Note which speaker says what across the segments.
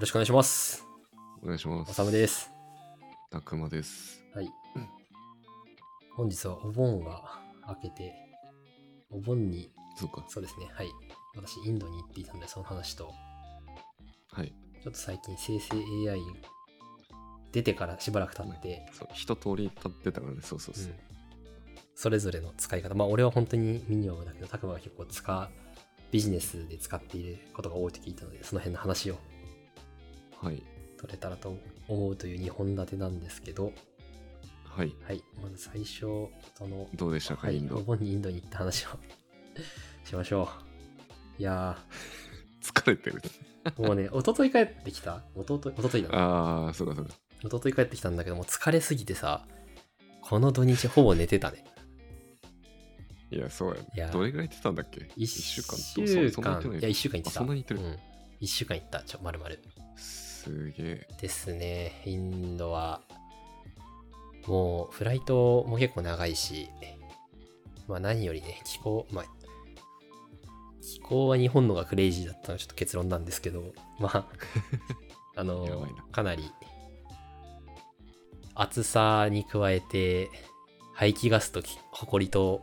Speaker 1: ろしくお願いします。
Speaker 2: お願いしま
Speaker 1: お
Speaker 2: す。
Speaker 1: さむです。
Speaker 2: たくまです。
Speaker 1: はい。本日はお盆が明けて、お盆に、
Speaker 2: そうか。
Speaker 1: そうですね、はい。私、インドに行っていたので、その話と、
Speaker 2: はい。
Speaker 1: ちょっと最近生成 AI 出てからしばらく経って、
Speaker 2: そう一通り立ってたからね。そうそう
Speaker 1: う
Speaker 2: そう。
Speaker 1: んそれぞれの使い方、まあ俺は本当にミニマムだけど、たくまは結構使う、ビジネスで使っていることが多いと聞いたので、その辺の話を
Speaker 2: はい。
Speaker 1: 取れたらと思うという2本立てなんですけど、
Speaker 2: はい。
Speaker 1: はい、まず最初、その、
Speaker 2: どうでしたか、
Speaker 1: はい
Speaker 2: イン
Speaker 1: お
Speaker 2: ド。
Speaker 1: 盆にインドに行った話を しましょう。いや
Speaker 2: 疲れてる。
Speaker 1: ー、もうね、一 昨日帰ってきた、一昨日一昨日だな、
Speaker 2: ああ、そうかそうか。
Speaker 1: 一昨日帰ってきたんだけど、もう疲れすぎてさ、この土日ほぼ寝てたね。
Speaker 2: いや、そうや、ね。
Speaker 1: いや
Speaker 2: どれぐらい行ってたんだっけ
Speaker 1: 1
Speaker 2: 一
Speaker 1: 週
Speaker 2: 週
Speaker 1: 間
Speaker 2: 間
Speaker 1: 週
Speaker 2: そんな行
Speaker 1: 間
Speaker 2: ってない
Speaker 1: いや、1週間行って
Speaker 2: あ
Speaker 1: た。
Speaker 2: そんなに行ってる
Speaker 1: うん、1週間行った、ちょ、まるまる。
Speaker 2: すげえ。
Speaker 1: ですね、インドは、もう、フライトも結構長いし、まあ何よりね、気候、まあ、気候は日本のがクレイジーだったのはちょっと結論なんですけど、 まあ、あ
Speaker 2: やば
Speaker 1: の
Speaker 2: いな、
Speaker 1: かなり、暑さに加えて、排気ガスとき埃と、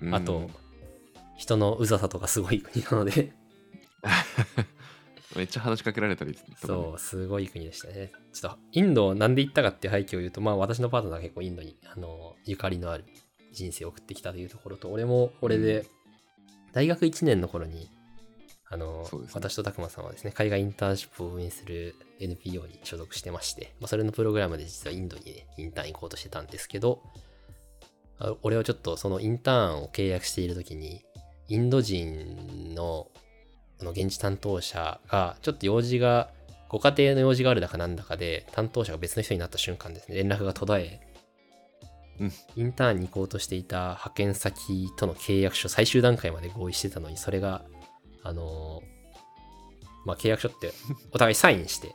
Speaker 2: うん
Speaker 1: あと、人のうざさとかすごい国なので、
Speaker 2: めっちゃ話しかけられたりとかね、
Speaker 1: そう、すごい国でしたね。ちょっと、インドをなんで行ったかっていう背景を言うと、まあ私のパートナーが結構インドに、あの、ゆかりのある人生を送ってきたというところと、俺も、俺で、大学1年の頃に、あの、
Speaker 2: そうですね
Speaker 1: 私と拓磨さんはですね、海外インターンシップを運営する NPO に所属してまして、まあ、それのプログラムで実はインドにね、インターン行こうとしてたんですけど、あ俺はちょっとそのインターンを契約している時に、インド人のあの現地担当者が、ちょっと用事が、ご家庭の用事があるだかなんだかで、担当者が別の人になった瞬間ですね、連絡が途絶え、
Speaker 2: うん
Speaker 1: インターンに行こうとしていた派遣先との契約書、最終段階まで合意してたのに、それが、あのーまあ、契約書 ってお互いサインして、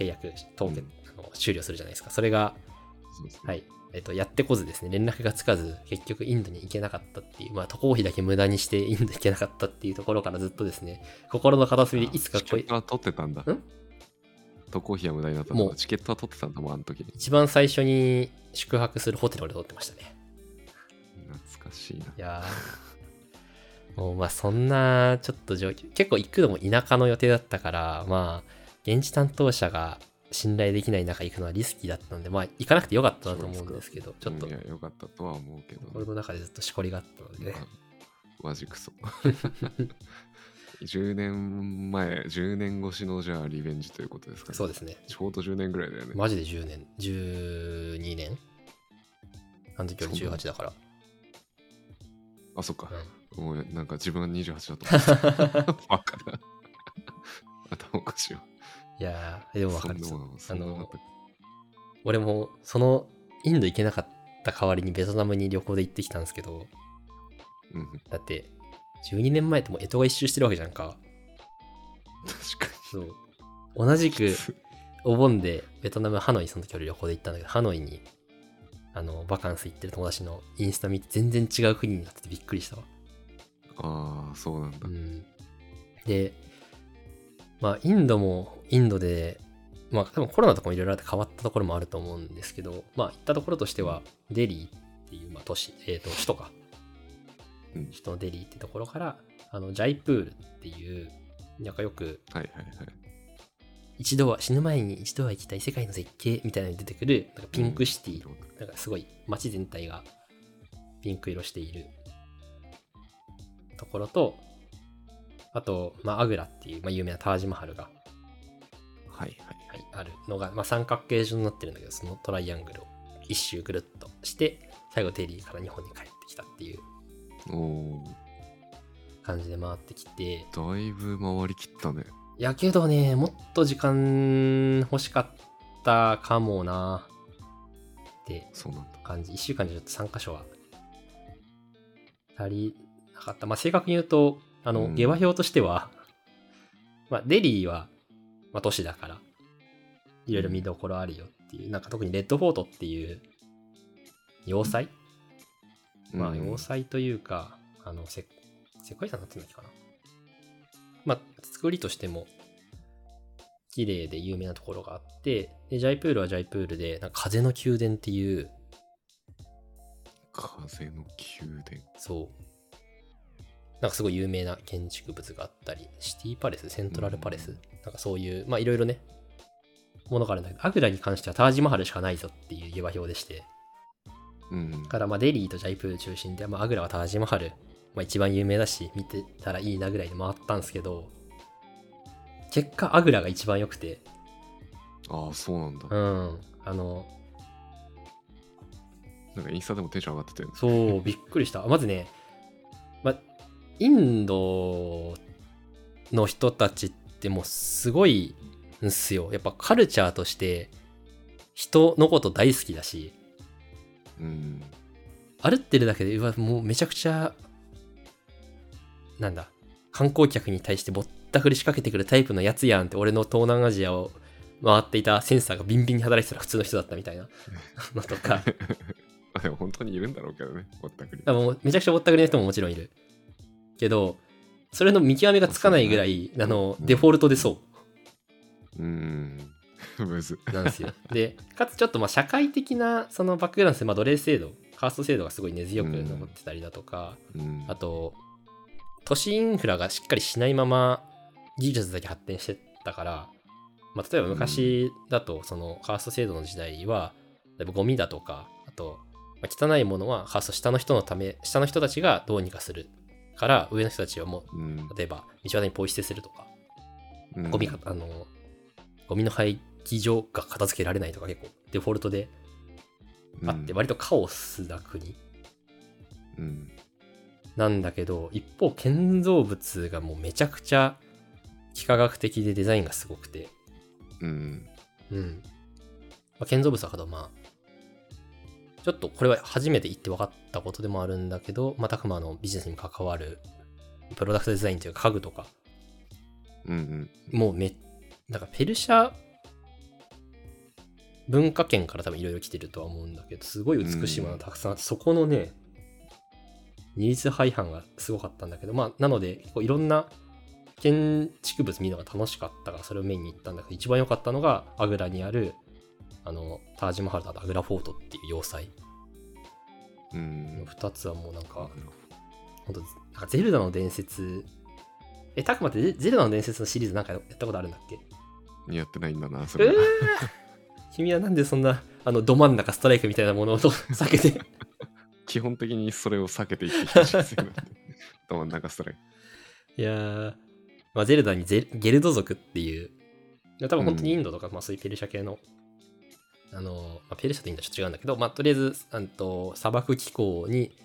Speaker 1: 契約、凍結、
Speaker 2: うん
Speaker 1: あの終了するじゃないですか。それが、
Speaker 2: そうですね
Speaker 1: はい。えっと、やってこずですね、連絡がつかず、結局インドに行けなかったっていう、まあ、渡航費だけ無駄にしてインド行けなかったっていうところからずっとですね、心の片隅でいつか
Speaker 2: チケ
Speaker 1: こ
Speaker 2: ッ
Speaker 1: い
Speaker 2: ト、は取ってたんだ。
Speaker 1: ん
Speaker 2: 渡航費は無駄になったんだ
Speaker 1: もう
Speaker 2: チケットは取ってたんだもん、あの時に。
Speaker 1: 一番最初に宿泊するホテルを俺取ってましたね。
Speaker 2: 懐かしいな。
Speaker 1: いやー もうまあそんなちょっと状況結構行くのも田舎の予定だったからまあ現地担当者が信頼できない中行くのはリスキーだったんでまあ行かなくてよかったなと思うんですけどちょっと
Speaker 2: うんいや、よかったとは思うけどね、
Speaker 1: 俺の中でずっとしこりがあったのでね
Speaker 2: あマジクソ。10年前、10年越しのじゃあリベンジということですかね。
Speaker 1: そうですね
Speaker 2: ちょうど10年ぐらいだよね。
Speaker 1: マジで10年12年あの時俺18だから、
Speaker 2: あ、そっか。
Speaker 1: うん
Speaker 2: もうなんか自分は 28だと 思ってた。バカだ。頭おかしいわ。
Speaker 1: いやーでも分かる
Speaker 2: そんなもん、そんなもんだった
Speaker 1: 俺もそのインド行けなかった代わりにベトナムに旅行で行ってきたんですけど
Speaker 2: うん、
Speaker 1: だって12年前ってもう干支が一周してるわけじゃんか
Speaker 2: 確か
Speaker 1: そう同じ
Speaker 2: に
Speaker 1: く。お盆でベトナムハノイその時俺旅行で行ったんだけどハノイにあのバカンス行ってる友達のインスタ見て全然違う国になっててびっくりしたわ
Speaker 2: ああ、そうなんだ
Speaker 1: う。んでまあインドもインドでまあ多分コロナとかもいろいろあって変わったところもあると思うんですけどまあ行ったところとしてはデリーっていう、まあ、都市えっ、と首都か
Speaker 2: うん
Speaker 1: 首都デリーってところからあのジャイプールっていうなんかよく
Speaker 2: はいはいはい。
Speaker 1: 一度は死ぬ前に一度は行きたい世界の絶景みたいなのに出てくるなんかピンクシティ、
Speaker 2: うん
Speaker 1: なんかすごい街全体がピンク色しているところとあと、まあ、アグラっていう、まあ、有名なタージマハルが、
Speaker 2: はいはい。
Speaker 1: はいあるのが、まあ、三角形状になってるんだけどそのトライアングルを一周ぐるっとして最後デリーから日本に帰ってきたっていう
Speaker 2: お
Speaker 1: 感じで回ってきて
Speaker 2: お、だいぶ回りきったね。
Speaker 1: いやけどねもっと時間欲しかったかもなって
Speaker 2: そうなんだ。
Speaker 1: 感じ1週間でちょっと3箇所は足りなかったまあ正確に言うとあの、
Speaker 2: うん
Speaker 1: 下馬評としては、まあ、デリーは、まあ、都市だからいろいろ見どころあるよっていうなんか特にレッドフォートっていう要塞、まあ
Speaker 2: うん
Speaker 1: 要塞というかあのせ世界遺産になってるんだっけかなまあ作りとしても綺麗で有名なところがあって、で、ジャイプールはジャイプールで、なんか風の宮殿っていう、
Speaker 2: 風の宮殿。
Speaker 1: そう。なんかすごい有名な建築物があったり、シティパレス、セントラルパレス、
Speaker 2: うん
Speaker 1: なんかそういう、まあいろいろね、ものがあるんだけど、アグラに関してはタージマハルしかないぞっていう下馬評でして、
Speaker 2: うん。
Speaker 1: からまあデリーとジャイプール中心で、まあ、アグラはタージマハル、まあ、一番有名だし見てたらいいなぐらいで回ったんですけど結果アグラが一番良くて
Speaker 2: ああ、そうなんだ
Speaker 1: う。んあの
Speaker 2: なんかインスタでもテンション上がってたよね。
Speaker 1: そうびっくりしたまずね、まあ、インドの人たちってもうすごいんすよやっぱカルチャーとして人のこと大好きだし
Speaker 2: うん。
Speaker 1: 歩ってるだけでうわもうめちゃくちゃなんだ観光客に対してぼったくり仕掛けてくるタイプのやつやんって俺の東南アジアを回っていたセンサーがビンビンに働いてたら普通の人だったみたいなのとか
Speaker 2: あでも本当にいるんだろうけどね、ぼったくり。
Speaker 1: 多分もうめちゃくちゃぼったくりの人ももちろんいるけどそれの見極めがつかないぐらい、あの
Speaker 2: うん
Speaker 1: デフォルトでそう
Speaker 2: うん。むず。
Speaker 1: なんですよ。 で、かつちょっとまあ社会的なそのバックグラウンドで、まあ、奴隷制度、カースト制度がすごい根強く残ってたりだとか、
Speaker 2: うん。
Speaker 1: あと、都市インフラがしっかりしないまま技術だけ発展してったから、まあ、例えば昔だと、そのカースト制度の時代は、例えばゴミだとか、あと、まあ汚いものはカースト下の人のため、下の人たちがどうにかするから、上の人たちはも
Speaker 2: うん
Speaker 1: う、例えば道端にポイ捨てするとか、
Speaker 2: うん
Speaker 1: ゴミか、あの、ゴミの廃棄場が片付けられないとか結構デフォルトであって、
Speaker 2: うん
Speaker 1: 割とカオスな国
Speaker 2: うん。
Speaker 1: なんだけど、一方建造物がもうめちゃくちゃ幾何学的でデザインがすごくて、
Speaker 2: うん。
Speaker 1: うん。まあ、建造物だけど、まあ、ちょっとこれは初めて言って分かったことでもあるんだけど、まあ、たくまのビジネスに関わるプロダクトデザインというか家具とか
Speaker 2: うん。うん。
Speaker 1: もうめ、なんかペルシャ文化圏から多分いろいろ来てるとは思うんだけど、すごい美しいものがたくさんあって、そこのね、二律背反がすごかったんだけど、まあ、なので、結構いろんな建築物見るのが楽しかったから、それをメインに行ったんだけど、一番良かったのが、アグラにある、あの、タージマハルとあとアグラフォートっていう要塞。
Speaker 2: うん。
Speaker 1: 2つはもうなんか、本当なんかゼルダの伝説、え、たくまってゼゼルダの伝説のシリーズなんかやったことあるんだっけ
Speaker 2: 似合ってないんだな、そ
Speaker 1: え
Speaker 2: れ。
Speaker 1: 君はなんでそんなあのど真ん中ストライクみたいなものをと避けて
Speaker 2: 基本的にそれを避けていきた人生なんで。ど真ん中ストライ
Speaker 1: いやー、まあ、ゼルダにゼゲルド族っていういや多分本当にインドとか、まあ、そういうペルシャ系のあの、まあ、ペルシャとインドはちょっと違うんだけど、まあ、とりあえずあんと砂漠気候に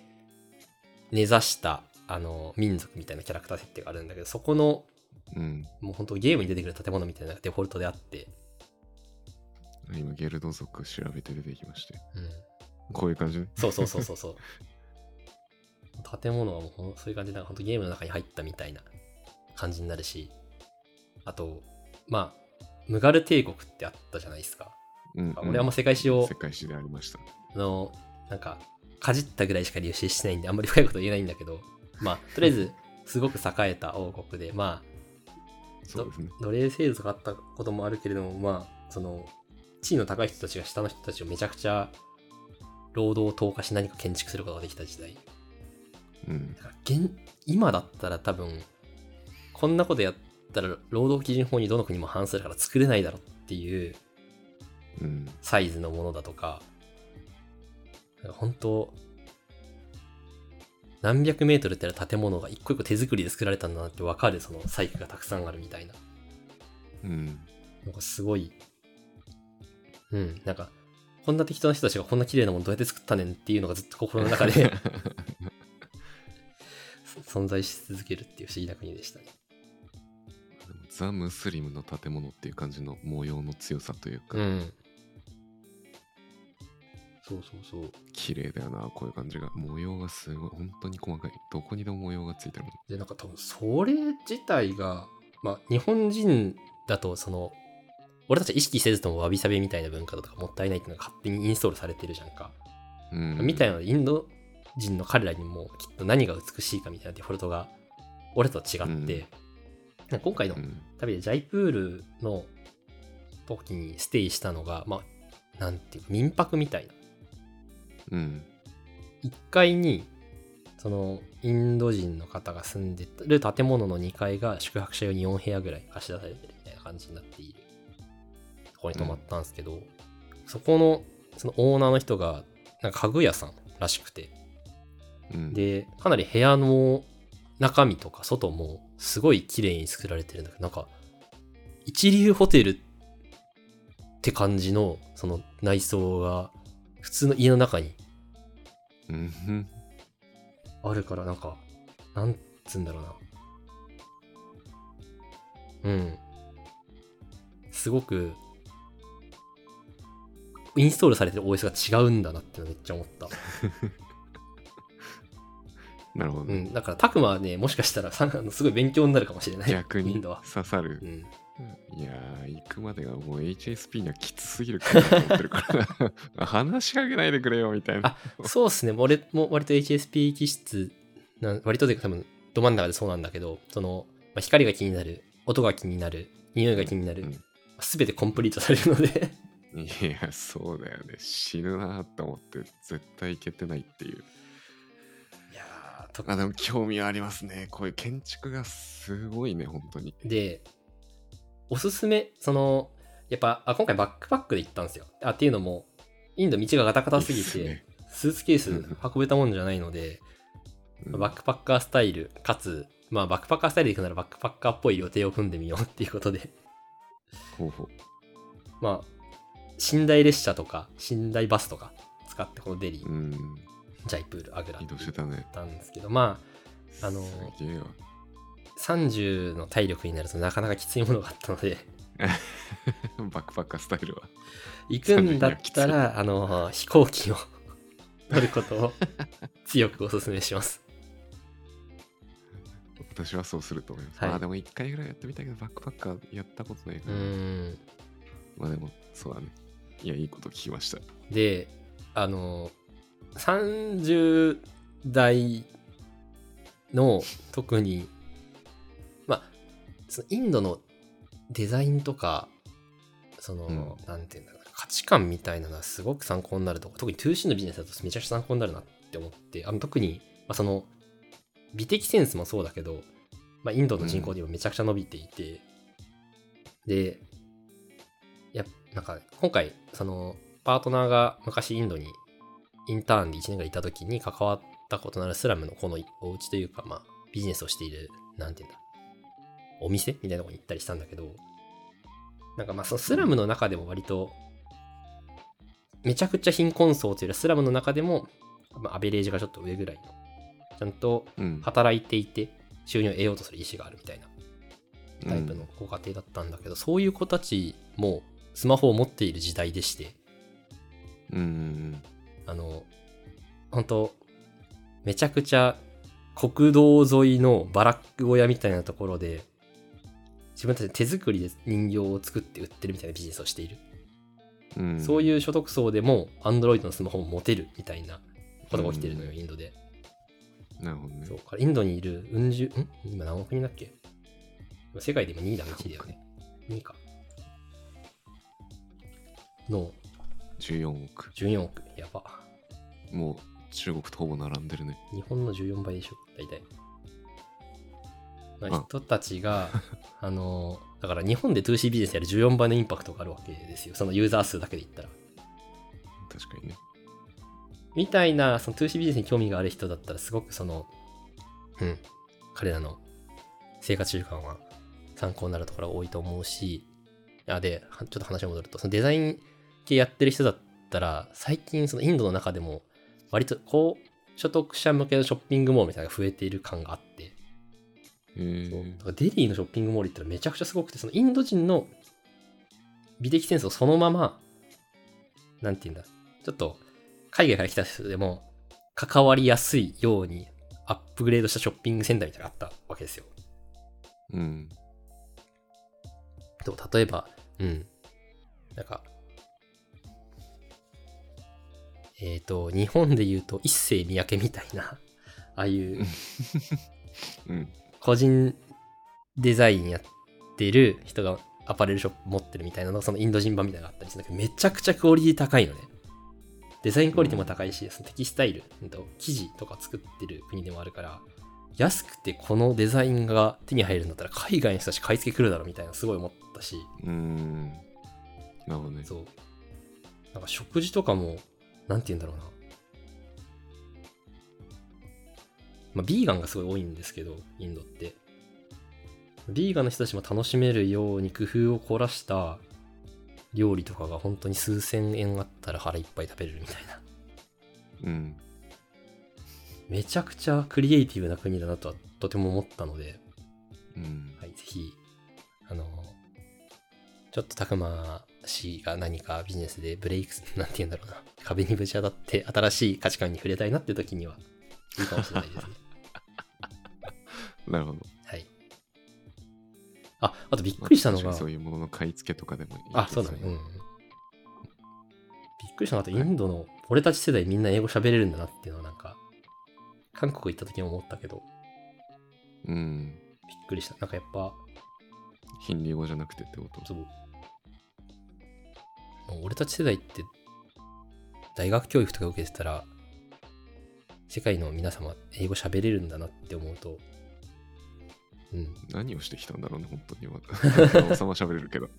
Speaker 1: 根ざしたあの民族みたいなキャラクター設定があるんだけどそこの
Speaker 2: ク。うん。
Speaker 1: もう本当ゲームに出てくる建物みたいなのがデフォルトであって、
Speaker 2: 今、ゲルド族調べて出てきまして。
Speaker 1: うん、
Speaker 2: こういう感じね。
Speaker 1: そうそうそうそうそう。建物はもうほんそういう感じで、なんか本当ゲームの中に入ったみたいな感じになるし、あと、まあ、ムガル帝国ってあったじゃないですか。
Speaker 2: うん。
Speaker 1: 俺はあんま世界史を
Speaker 2: 世、界史でありました。
Speaker 1: あの、なんか、かじったぐらいしか流出してないんで、あんまり深いこと言えないんだけど、まあ、とりあえず、すごく栄えた王国で、まあ、
Speaker 2: そうですね。
Speaker 1: 奴隷制度があったこともあるけれども、まあ、その、地位の高い人たちが下の人たちをめちゃくちゃ、労働を投下し何か建築することができた時代。
Speaker 2: うん。
Speaker 1: だから現今だったら多分こんなことやったら労働基準法にどの国も反するから作れないだろっていう
Speaker 2: うん。
Speaker 1: サイズのものだとかなんか本当何百メートルってある建物が一個一個手作りで作られたんだなって分かるその細工がたくさんあるみたいな
Speaker 2: うん。
Speaker 1: なんかすごいうんなんかこんな適当な人たちがこんな綺麗なものどうやって作ったねんっていうのがずっと心の中で存在し続けるっていう不思議な国でしたね
Speaker 2: でもザ・ムスリムの建物っていう感じの模様の強さというか、
Speaker 1: うん。そうそうそう。
Speaker 2: 綺麗だよなこういう感じが模様がすごい本当に細かいどこにでも模様がついてるもん
Speaker 1: で、なんか多分それ自体が、まあ日本人だとその、俺たちは意識せずともわびさびみたいな文化だとかもったいないっていうのが勝手にインストールされてるじゃんか。
Speaker 2: うん
Speaker 1: みたい
Speaker 2: い
Speaker 1: なのでインド人の彼らにもきっと何が美しいかみたいなデフォルトが俺とは違って、
Speaker 2: うん
Speaker 1: なんか今回の
Speaker 2: うん
Speaker 1: 旅でジャイプールの時にステイしたのが、まあ、なんていうか、民泊みたいな。
Speaker 2: うん。
Speaker 1: 1階に、その、インド人の方が住んでる建物の2階が宿泊者用に4部屋ぐらい貸し出されてるみたいな感じになっているところに泊まったんですけど、そこの、そのオーナーの人が、なんか家具屋さんらしくて、
Speaker 2: うん、
Speaker 1: でかなり部屋の中身とか外もすごい綺麗に作られてるんだけどなんか一流ホテルって感じのその内装が普通の家の中に
Speaker 2: うんふん
Speaker 1: あるからなんかなんつうんだろうなうんすごくインストールされてる OS が違うんだなってのめっちゃ思った
Speaker 2: なるほど
Speaker 1: う
Speaker 2: ね、
Speaker 1: んだからたくまはねもしかしたらさあのすごい勉強になるかもしれない
Speaker 2: 逆
Speaker 1: イン
Speaker 2: に
Speaker 1: ドは
Speaker 2: 刺さる
Speaker 1: う。ん
Speaker 2: いやー、行くまでがもう HSP にはきつすぎるかなと思ってるから、 話しかけないでくれよみたいな。
Speaker 1: そうですね、俺も割と HSP 気質な、割とで多分、ど真ん中でそうなんだけど、その、まあ、光が気になる、音が気になる、匂いが気になる
Speaker 2: うん、
Speaker 1: すべ、てコンプリートされるので、
Speaker 2: いや、そうだよね。死ぬなーって思って、絶対行けてないっていう。
Speaker 1: いやー と
Speaker 2: あ、でも興味はありますね。こういう建築がすごいね、本当に。
Speaker 1: で、おすすめ、その、やっぱあ、今回バックパックで行ったんですよ。あっていうのも、インド道がガタガタすぎて、
Speaker 2: いいっすね
Speaker 1: スーツケース
Speaker 2: うん
Speaker 1: 運べたもんじゃないので、
Speaker 2: うん
Speaker 1: バックパッカースタイル、かつ、まあ、バックパッカースタイルで行くならバックパッカーっぽい予定を組んでみようっていうことで。
Speaker 2: ほうほう
Speaker 1: まあ、寝台列車とか、寝台バスとか使って、このデリー、
Speaker 2: うん、
Speaker 1: ジャイプール、アグラ
Speaker 2: 移
Speaker 1: 行
Speaker 2: 動してたね。
Speaker 1: ったんですけど、まあのー
Speaker 2: すげえわ。
Speaker 1: あ、30の体力になるとなかなかきついものがあったので、
Speaker 2: バックパッカースタイルは。
Speaker 1: 行くんだったら、あのー、飛行機を 乗ることを強くお勧めします。
Speaker 2: 私はそうすると思います。
Speaker 1: はい
Speaker 2: まあでも一回ぐらいやってみたいけど、バックパッカーやったことないうから。
Speaker 1: ーん。
Speaker 2: まあでも、そうだね。いや、いいこと聞きました。
Speaker 1: で、あのー、30代の特に、まあ、そのインドのデザインとか、その、
Speaker 2: う
Speaker 1: なんていうんだろうな、価値観みたいなのはすごく参考になるとか、特に 2C のビジネスだとめちゃくちゃ参考になるなって思って、あの特に、まあ、その、美的センスもそうだけど、まあ、インドの人口で今めちゃくちゃ伸びていて、で、いや、なんか、今回、その、パートナーが昔インドにインターンで1年ぐらいいた時に関わったことのあるスラムのこのお家というか、まあ、ビジネスをしている、なんていうんだ、お店みたいなとこに行ったりしたんだけど、なんかまあ、そのスラムの中でも割と、めちゃくちゃ貧困層というよりはスラムの中でも、まあ、アベレージがちょっと上ぐらいの、ちゃんと
Speaker 2: うん。
Speaker 1: 働いていて、収入を得ようとする意思があるみたいなタイプのご家庭だったんだけど、そういう子たちもスマホを持っている時代でして、
Speaker 2: うん。うん。
Speaker 1: あの、本当めちゃくちゃ国道沿いのバラック小屋みたいなところで、自分たちで手作りで人形を作って売ってるみたいなビジネスをしている。
Speaker 2: うんうん、
Speaker 1: そう
Speaker 2: う
Speaker 1: いう所得層でも、アンドロイドのスマホを持てるみたいなことが起きてるのよ、
Speaker 2: うん
Speaker 1: インドで。
Speaker 2: ん。なるほどね
Speaker 1: そう。からインドにいるうん十、ん今何億人だっけ世界でも2位だ、1位だよね。2位か。の
Speaker 2: 14億。
Speaker 1: 14億。やば。
Speaker 2: もう中国とほぼ並んでるね。
Speaker 1: 日本の14倍でしょ大体、ま
Speaker 2: う
Speaker 1: あ
Speaker 2: ん、
Speaker 1: 人たちが あのだから日本で 2C ビジネスやる14倍のインパクトがあるわけですよそのユーザー数だけで言ったら
Speaker 2: 確かにね。
Speaker 1: みたいなその 2C ビジネスに興味がある人だったらすごくそのうん彼らの生活習慣は参考になるところが多いと思うしあではちょっと話を戻るとそのデザイン系やってる人だったら最近そのインドの中でも割と高所得者向けのショッピングモールみたいなのが増えている感があって
Speaker 2: へえ
Speaker 1: そうだからデリーのショッピングモールってのはめちゃくちゃすごくてそのインド人の美的センスをそのままなんて言うんだちょっと海外から来た人でも関わりやすいようにアップグレードしたショッピングセンターみたいなのがあったわけですよ
Speaker 2: うん。
Speaker 1: でも例えばうんなんかえっ、と日本で言うと一世三宅みたいなああいう
Speaker 2: うん。
Speaker 1: 個人デザインやってる人がアパレルショップ持ってるみたいなのがそのインド人版みたいなのがあったりするんだけどめちゃくちゃクオリティ高いのねデザインクオリティも高いし、そのテキスタイル、うんと生地とか作ってる国でもあるから安くてこのデザインが手に入るんだったら海外の人たち買い付け来るだろうみたいなすごい思ったし
Speaker 2: うーん。なるほどね。
Speaker 1: そうなんか食事とかもなんて言うんだろうなまあビーガンがすごい多いんですけどインドってビーガンの人たちも楽しめるように工夫を凝らした料理とかが本当に数千円あったら腹いっぱい食べれるみたいな
Speaker 2: うん。
Speaker 1: めちゃくちゃクリエイティブな国だなとはとても思ったので、
Speaker 2: うん。
Speaker 1: はい、ぜひ、あの、ちょっとたくま氏が何かビジネスでブレイクす、 なんて言うんだろうな、壁にぶち当たって新しい価値観に触れたいなって時には、いいかもしれないですね。
Speaker 2: なるほど。
Speaker 1: はい。あ、あとびっくりしたの
Speaker 2: ま
Speaker 1: が
Speaker 2: あ確かに、そういうものの買い付けとかでもいいです、
Speaker 1: あ、そうだね。うん。びっくりしたのと、インドの俺たち世代みんな英語喋れるんだなっていうのはなんか、韓国行った時も思ったけど、
Speaker 2: うん。
Speaker 1: びっくりした。なんかやっぱ、
Speaker 2: ヒンディー語じゃなくてってこと
Speaker 1: そう。もう俺たち世代って、大学教育とか受けてたら、世界の皆様、英語喋れるんだなって思うと、うん、
Speaker 2: 何をしてきたんだろうね、本当に。ま王様喋れるけど。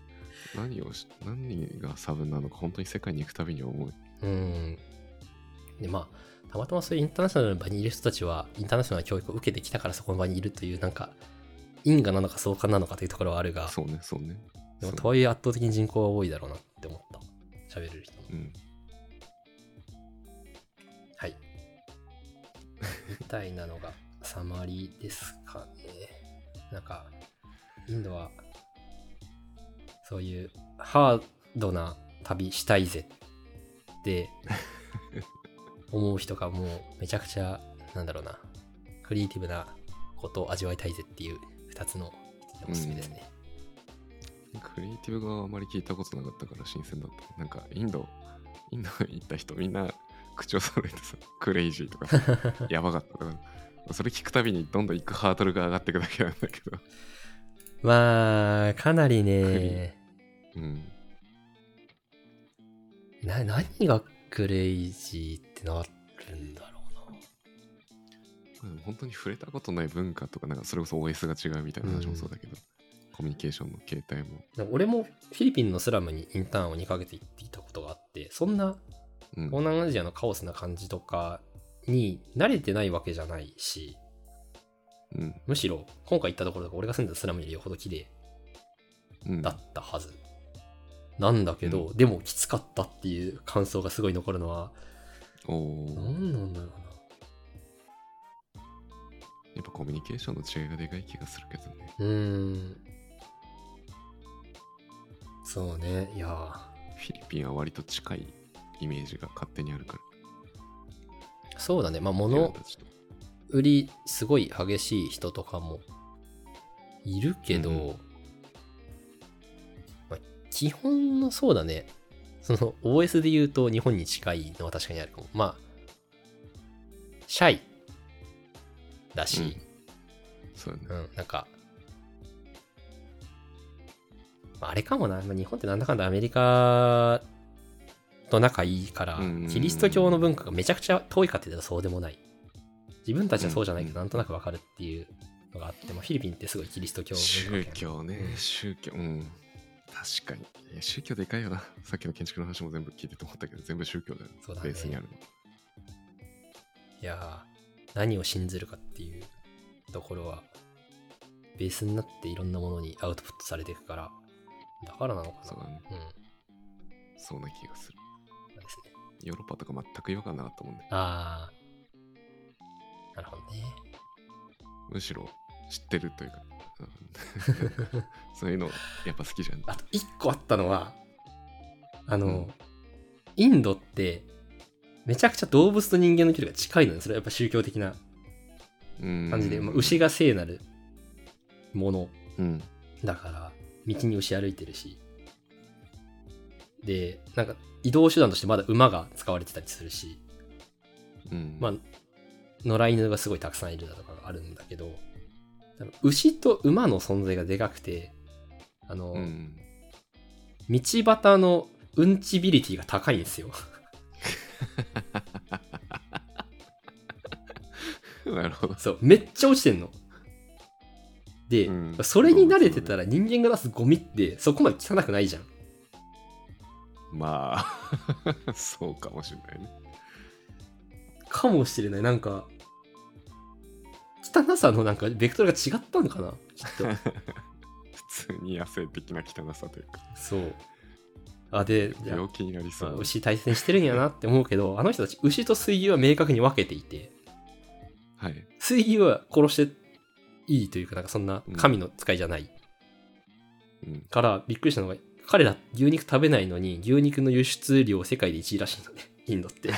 Speaker 2: 何をし、何がサブなのか、本当に世界に行くたびに思う。
Speaker 1: うん。で、まあ、たまたまそういうインターナショナルの場にいる人たちは、インターナショナルな教育を受けてきたからそこの場にいるという、なんか、因果なのか相関なのかというところはあるが、
Speaker 2: そうね、そうね。
Speaker 1: でも
Speaker 2: そう
Speaker 1: とはいえ圧倒的に人口は多いだろうなって思った。喋れる人も。
Speaker 2: うん。
Speaker 1: はい。みたいなのがサマリーですかね。なんか、インドは、そういうハードな旅したいぜ って思う人がもうめちゃくちゃ、なんだろうな、クリエイティブなことを味わいたいぜっていう2つのおすすめですね。
Speaker 2: クリエイティブがあまり聞いたことなかったから新鮮だった。なんか、インド、インド行った人、みんな口を揃えてさ、クレイジーとかさ、 やばかったとか。それ聞くたびにどんどん行くハードルが上がっていくだけなんだけど。
Speaker 1: まあ、かなり
Speaker 2: クリ
Speaker 1: ね、
Speaker 2: うん。
Speaker 1: な何がクレイジーってなるんだろうな。
Speaker 2: まあでも本当に触れたことない文化とか、なんかそれこそ OS が違うみたいな話もそうだけど、コミュニケーションの形態も。
Speaker 1: でも俺もフィリピンのスラムにインターンを2ヶ月行っていたことがあってそんな
Speaker 2: うん
Speaker 1: 東南アジアのカオスな感じとかに慣れてないわけじゃないし
Speaker 2: うん
Speaker 1: むしろ今回行ったところとか俺が住んでたスラムよりよほど綺麗
Speaker 2: うん
Speaker 1: だったはずなんだけど、でもきつかったっていう感想がすごい残るのは
Speaker 2: おー
Speaker 1: 何なんだろう
Speaker 2: やっぱコミュニケーションの違いがでかい気がするけどね。
Speaker 1: なうーんそうねいやー
Speaker 2: フィリピンは割と近いイメージが勝手にあるから。
Speaker 1: そうだねまあ
Speaker 2: 自
Speaker 1: 物
Speaker 2: 分たちと
Speaker 1: 売りすごい激しい人とかもいるけど、
Speaker 2: うん
Speaker 1: まあ基本のそうだねその OS で言うと日本に近いのは確かにあるかもまあシャイだし、
Speaker 2: そうだね
Speaker 1: う。んなんかまああれかもな、まあ日本ってなんだかんだアメリカと仲いいから、
Speaker 2: うん
Speaker 1: キリスト教の文化がめちゃくちゃ遠いかって言ったらそうでもない。自分たちはそうじゃないけど、なんとなくわかるっていうのがあって、まあ、フィリピンってすごいキリスト教文
Speaker 2: 宗
Speaker 1: 化圏
Speaker 2: 教ね、宗教、うん。確かに。いや宗教でかいよな。 さっきの建築の話も全部聞いてて思ったけど、全部宗教だよ、
Speaker 1: そうだね
Speaker 2: ベースにある
Speaker 1: いやー何を信ずるかっていうところは、ベースになっていろんなものにアウトプットされていくから、だからなのか
Speaker 2: の。そうだね。
Speaker 1: な。うん。
Speaker 2: そうな気がする。
Speaker 1: そうですね。
Speaker 2: ヨーロッパとか全く違和感なかったもんね。
Speaker 1: あー。なるほどね。
Speaker 2: むしろ知ってる というか、うんそういうのやっぱ好きじゃん。
Speaker 1: あと一個あったのは、あの、
Speaker 2: うん
Speaker 1: インドって、めちゃくちゃ動物と人間の距離が近いので、それはやっぱ宗教的な感
Speaker 2: 感
Speaker 1: じで、まあ、牛が聖なるもの
Speaker 2: うん。
Speaker 1: だから、道に牛歩いてるし、で、なんか移動手段としてまだ馬が使われてたりするし、
Speaker 2: うん。
Speaker 1: まあ、野良犬がすごいたくさんいるだとかがあるんだけど、多分牛と馬の存在がでかくて、あの、
Speaker 2: うん。
Speaker 1: 道端のうんちビリティが高いんですよ。
Speaker 2: なるほど。
Speaker 1: そう、めっちゃ落ちてんの。で、
Speaker 2: うん
Speaker 1: それに慣れてたら人間が出すゴミってそこまで汚くないじゃん。
Speaker 2: まあ、 そうかもしれないね。
Speaker 1: かもしれない。なんか、汚さのなんか、ベクトルが違ったのかなきっと。
Speaker 2: 普通に野生的な汚さというか、
Speaker 1: そう。あ、で、じゃあ
Speaker 2: 病気になりそ
Speaker 1: まあ
Speaker 2: う。
Speaker 1: 牛大切にしてるんやなって思うけど、あの人たち牛と水牛は明確に分けていて、
Speaker 2: はい。
Speaker 1: 水牛は殺していいというか、なんかそんな神の使いじゃない。
Speaker 2: うん。
Speaker 1: からびっくりしたのが彼ら牛肉食べないのに牛肉の輸出量世界で1位らしいのね インドって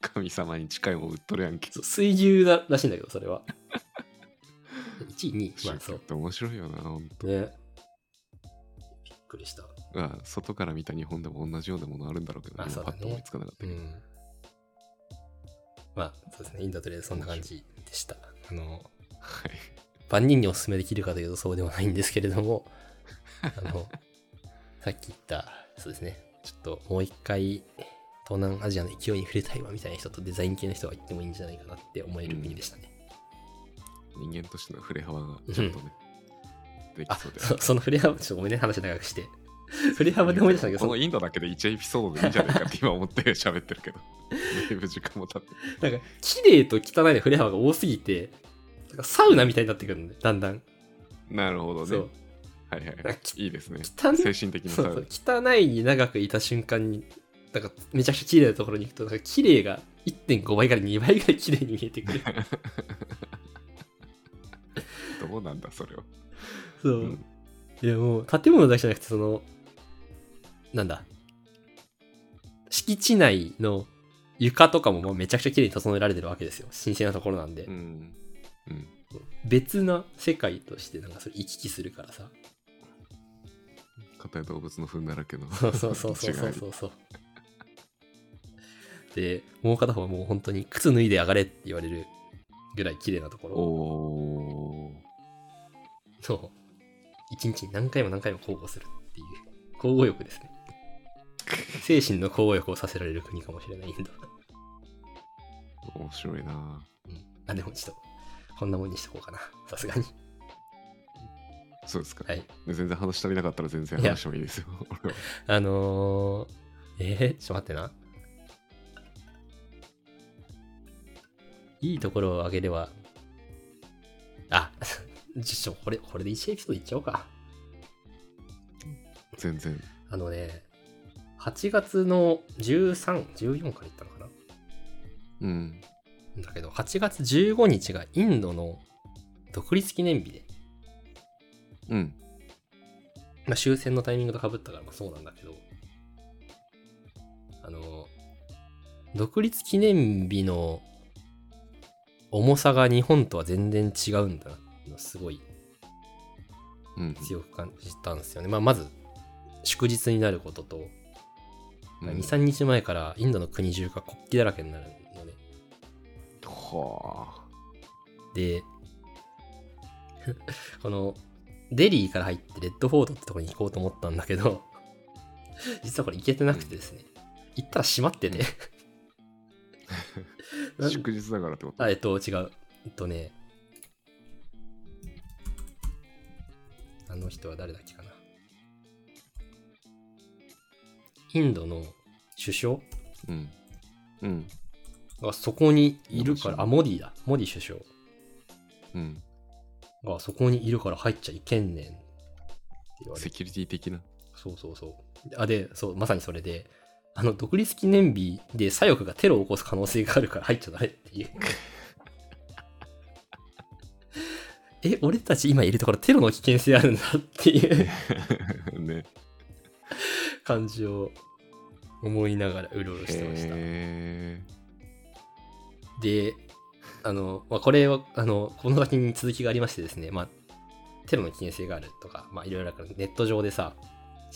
Speaker 2: 神様に近いもん売っとるやんけ。
Speaker 1: そう水牛だらしいんだけどそれは1位2位ま
Speaker 2: 宗
Speaker 1: あそ
Speaker 2: 教っ
Speaker 1: う
Speaker 2: て面白いよな、ほんと
Speaker 1: ねびっくりした
Speaker 2: あ外から見た日本でも同じようなものあるんだろうけど、
Speaker 1: まあ
Speaker 2: 今
Speaker 1: そう
Speaker 2: パ
Speaker 1: だね
Speaker 2: ッと思いつかなかった
Speaker 1: う
Speaker 2: けど。
Speaker 1: んまあそうですねインドとりあえずそんな感じでしたあの
Speaker 2: はい。
Speaker 1: 万人にお勧めできるかというとそうではないんですけれど もあのさっき言ったそうですねちょっともう一回東南アジアの勢いに触れたいわみたいな人とデザイン系の人は行ってもいいんじゃないかなって思える国でしたね、
Speaker 2: 人間としての振れ幅がちょっとね、で
Speaker 1: あ
Speaker 2: きそう で。
Speaker 1: そその振れ幅ちょっとごめんね話長くして振れ幅で思い出したんだけ
Speaker 2: この
Speaker 1: ど
Speaker 2: インドだけで1エピソードでいいんじゃないかって今思って喋って るけど。だいぶ時間も経って。
Speaker 1: そのなんか綺麗と汚いの振れ幅が多すぎてなんかサウナみたいになってくるんでだんだん
Speaker 2: なるほど
Speaker 1: そ
Speaker 2: ね
Speaker 1: う。
Speaker 2: はいはい
Speaker 1: な
Speaker 2: は
Speaker 1: ん
Speaker 2: い
Speaker 1: か。
Speaker 2: いいですね。
Speaker 1: 汚い
Speaker 2: 精神的な
Speaker 1: そ
Speaker 2: サ
Speaker 1: う
Speaker 2: ウナ
Speaker 1: そう汚いに長くいた瞬間になんかめちゃくちゃ綺麗なところに行くとなんか綺麗が1.5倍から2倍ぐらい綺麗に見えて くる
Speaker 2: どうなんだ、それは。
Speaker 1: そう、
Speaker 2: うん
Speaker 1: いやもう建物だけじゃなくてそのなんだ敷地内の床とかももうめちゃくちゃ綺麗に整えられてるわけですよ神聖なところなんで、
Speaker 2: うん。うん。
Speaker 1: 別な世界としてなんかそれ行き来するからさ
Speaker 2: 片や動物の糞だらけの。
Speaker 1: そうそう そうそうそうそうそうでもう片方はもう本当に靴脱いで上がれって言われるぐらい綺麗なところ
Speaker 2: おー
Speaker 1: そう。一日に何回も何回も交互するっていう。交互欲ですね。精神の交互欲をさせられる国かもしれないインド。
Speaker 2: 面白いな
Speaker 1: うん。あ、でもちょっと、こんなもんにしとこうかな。 さすがに。
Speaker 2: そうですか、
Speaker 1: はい。
Speaker 2: で全然話足りなかったら全然
Speaker 1: いや
Speaker 2: 話してもいいですよ。 俺は
Speaker 1: あのー、えー、ちょっと待ってな。いいところをあげれば、あ、 ちょ、これ、これで1エピソードいっちゃおうか。
Speaker 2: 全然。
Speaker 1: あのね、8月の13、14から行ったのかな
Speaker 2: うん。
Speaker 1: だけど、8月15日がインドの独立記念日で、
Speaker 2: うん。
Speaker 1: まあ、終戦のタイミングとかぶったからまあそうなんだけど、あの、独立記念日の重さが日本とは全然違うんだなっていうのをすごい
Speaker 2: うん。
Speaker 1: 強く感じたんですよね。まあ、まず、祝日になることと、
Speaker 2: うん
Speaker 1: 2、3日前からインドの国中が国旗だらけになるのね。
Speaker 2: は
Speaker 1: で、 この、デリーから入ってレッドフォードってとこに行こうと思ったんだけど、 実はこれ行けてなくてですね、行ったら閉まってて、な
Speaker 2: あ。
Speaker 1: ん
Speaker 2: 祝日だからってこと
Speaker 1: あ、えっと、違う。えっとね、あの人は誰だっけかな。インドの首相
Speaker 2: うん。うん。
Speaker 1: がそこにいるから、あ、
Speaker 2: 面
Speaker 1: モデ
Speaker 2: 白い
Speaker 1: ィだ。モディ首相
Speaker 2: うん。
Speaker 1: がそこにいるから入っちゃいけんねんって言われて
Speaker 2: セキュリティ的な。
Speaker 1: そうそうそう。であ、で、そう、まさにそれで、あの、独立記念日で左翼がテロを起こす可能性があるから入っちゃダメっていう。え、俺たち今いるところテロの危険性あるんだっていう
Speaker 2: ね。
Speaker 1: 感じを思いながらうろうろしてました。
Speaker 2: へ
Speaker 1: で、あの、まあ、これは、あの、この先に続きがありましてですね、まあ、テロの危険性があるとか、まあ、いろいろあるからネット上でさ、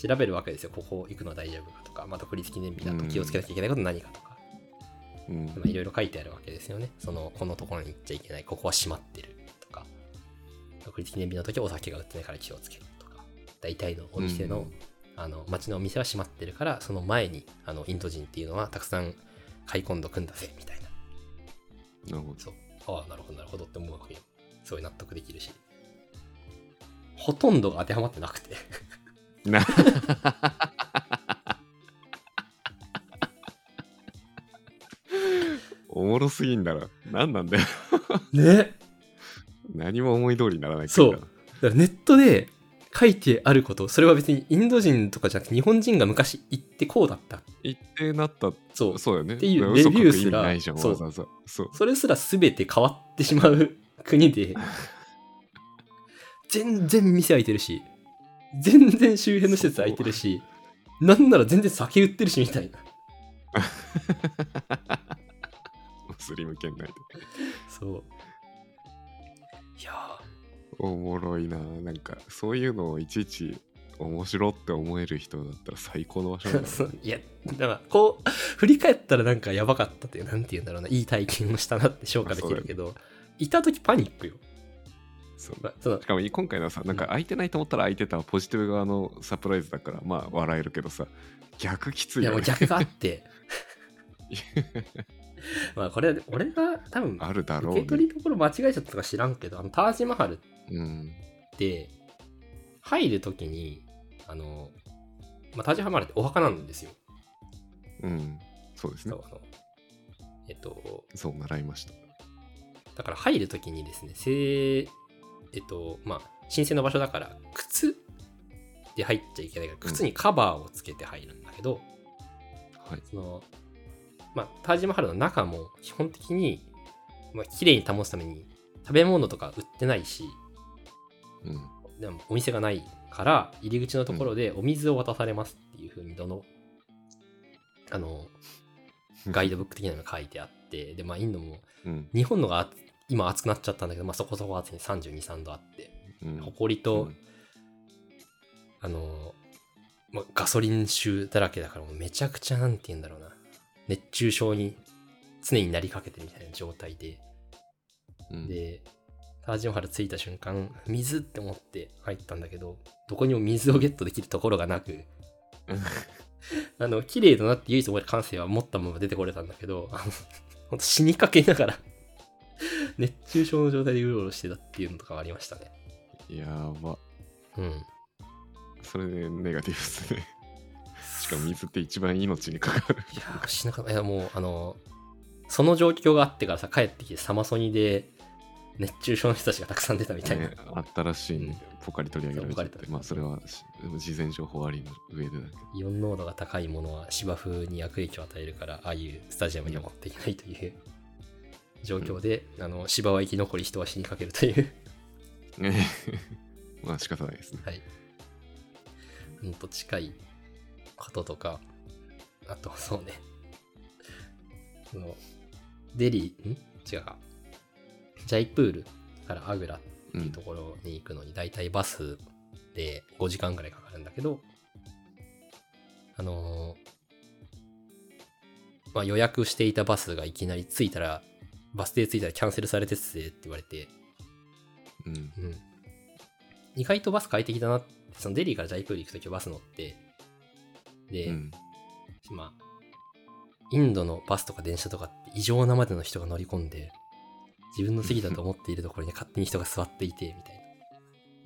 Speaker 1: 調べるわけですよ。ここ行くのは大丈夫かとか、まあ、独立記念日だと気をつけなきゃいけないことは何かとか。
Speaker 2: ーうん。
Speaker 1: まあいろいろ書いてあるわけですよね。その、このところに行っちゃいけない、ここは閉まってるとか、独立記念日の時はお酒が売ってないから気をつけるとか大体のお店の,、
Speaker 2: うん
Speaker 1: あの街のお店は閉まってるからその前にあのインド人っていうのはたくさん買い込んどくんだぜみたいな
Speaker 2: なるほど。
Speaker 1: そうああなるほどなるほどって思うわけよすごい納得できるしほとんどが当てはまってなくて
Speaker 2: な おもろすぎんだろ。何なんだよ。
Speaker 1: ね
Speaker 2: 何も思い通りにならないから
Speaker 1: そ
Speaker 2: な
Speaker 1: う。だからネットで書いてあることそれは別にインド人とかじゃなくて日本人が昔言ってこうだった
Speaker 2: 一定なった。
Speaker 1: そう
Speaker 2: そうだよね。
Speaker 1: っていう
Speaker 2: だから嘘
Speaker 1: レビュー
Speaker 2: 書く
Speaker 1: すら
Speaker 2: 意味ないじゃん、
Speaker 1: そう
Speaker 2: わざわざ。そう。
Speaker 1: それすら全て変わってしまう国で全然店開いてるし全然周辺の施設開いてるしなんなら全然酒売ってるしみたいな
Speaker 2: スリム圏内で。
Speaker 1: そういや
Speaker 2: おもろいな。なんか、そういうのをいちいち面白って思える人だったら最高の場所だ
Speaker 1: ー
Speaker 2: な
Speaker 1: そういやだからこう振り返ったらなんかやばかったっていうなんて言うんだろうないい体験をしたなって消化できるけど、いた時パニックよ
Speaker 2: そう
Speaker 1: まあその
Speaker 2: しかも今回のはさ、なんか空いてないと思ったら空いてたポジティブ側のサプライズだから、まあ笑えるけどさ、逆きつ
Speaker 1: い
Speaker 2: い
Speaker 1: やも
Speaker 2: よ、
Speaker 1: う
Speaker 2: ね。
Speaker 1: 逆があって まあこれ俺が多分
Speaker 2: あるだろう、
Speaker 1: 受
Speaker 2: ね。
Speaker 1: け取りどころ間違えちゃったか知らんけどあのタージマハルっ
Speaker 2: うん。
Speaker 1: て入る時にあの、まあ、タージマハルってお墓なんですよ、
Speaker 2: うん。そうですね
Speaker 1: そう。あのえっと
Speaker 2: そう、習いました。
Speaker 1: だから入る時にですねせえっとまあ神聖な場所だから靴で入っちゃいけないから
Speaker 2: うん
Speaker 1: 靴にカバーをつけて入るんだけど、
Speaker 2: はい。
Speaker 1: その、まあ、タージマハルの中も基本的に、まあ、綺麗に保つために食べ物とか売ってないし、
Speaker 2: うん。
Speaker 1: でもお店がないから、入り口のところでお水を渡されますっていうふうに、どの、あの、ガイドブック的なのが書いてあって、で、まあ、インドも、
Speaker 2: うん。
Speaker 1: 日本のがあ今暑くなっちゃったんだけど、まあ、そこそこ暑いね、32、3度あって、
Speaker 2: うん。
Speaker 1: 埃と、あの、まあ、ガソリン臭だらけだから、もうめちゃくちゃなんて言うんだろうな。熱中症に常になりかけてるみたいな状態で。
Speaker 2: うん、
Speaker 1: で、タージンハル着いた瞬間、水って思って入ったんだけど、どこにも水をゲットできるところがなく、 あの、綺麗だなって唯一思える感性は持ったまま出てこれたんだけど、 あの、ほんと死にかけなが ら、熱中症の状態でうろうろしてたっていうのとかはありましたね。
Speaker 2: やば。
Speaker 1: うん。
Speaker 2: それでネガティブですね。 しかも水って一番命にかかる。
Speaker 1: いやー死なかったいやもうあのその状況があってからさ帰ってきてサマソニで熱中症の人たちがたくさん出た みたいな、
Speaker 2: ね、あったらしいね。ポカリ取り上げられちゃっ
Speaker 1: そうポカリ取
Speaker 2: て。
Speaker 1: り
Speaker 2: まあそれはし事前情報ありの上でだけど。
Speaker 1: イオン濃度が高いものは芝生に悪影響を与えるからああいうスタジアムには持っていけないという状況で、あの芝は生き残り人は死にかけるという
Speaker 2: ねまあ仕方ないですね。
Speaker 1: はいほんと近いこととかあとそうねそのデリーん違うかジャイプールからアグラ
Speaker 2: う
Speaker 1: っていうんと。ころに行くのに大体バスで5時間ぐらいかかるんだけどあのーまあ、予約していたバスがいきなり着いたらバス停着いたらキャンセルされてっすって言われて、
Speaker 2: うん。
Speaker 1: うん、意外とバス快適だなってそのデリーからジャイプール行く時はバス乗ってで、
Speaker 2: うん。
Speaker 1: まあ、インドのバスとか電車とかって異常なまでの人が乗り込んで、自分の席だと思っているところに勝手に人が座っていて、みたい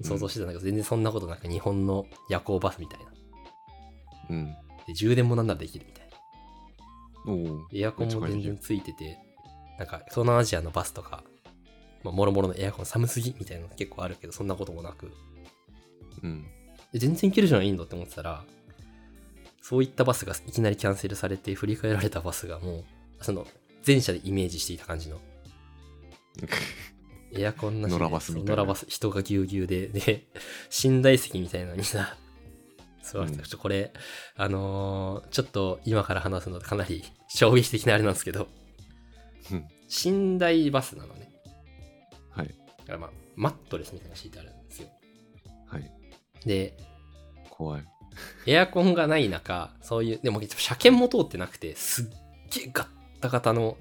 Speaker 1: な。想像してたんだけど、全然そんなことなく日本の夜行バスみたいな。
Speaker 2: うん。
Speaker 1: で、充電もなんならできるみたいな。
Speaker 2: おお。
Speaker 1: エアコンも全然ついてて、なんか東南アジアのバスとか、まあ、もろもろのエアコン寒すぎみたいなの結構あるけど、そんなこともなく、
Speaker 2: うん。
Speaker 1: で全然いけるじゃん、インドって思ってたら、そういったバスがいきなりキャンセルされて、振り返られたバスがもう、その、前者でイメージしていた感じの、エアコンなしで
Speaker 2: 野良バスみたい
Speaker 1: そ
Speaker 2: な
Speaker 1: う野良バス、人がぎゅうぎゅうで、で、寝台席みたいなのにさ、そう、
Speaker 2: うん
Speaker 1: ちょっとこれ、あのーちょっと今から話すのかなり衝撃的なあれなんですけど、
Speaker 2: うん
Speaker 1: 寝台バスなのね。
Speaker 2: はい。
Speaker 1: だからまあ、マットレスみたいなのが敷いてあるんですよ。
Speaker 2: はい。
Speaker 1: で、
Speaker 2: 怖い。
Speaker 1: エアコンがない中、そういう、でも車検も通ってなくて、すっげえガッタガタの、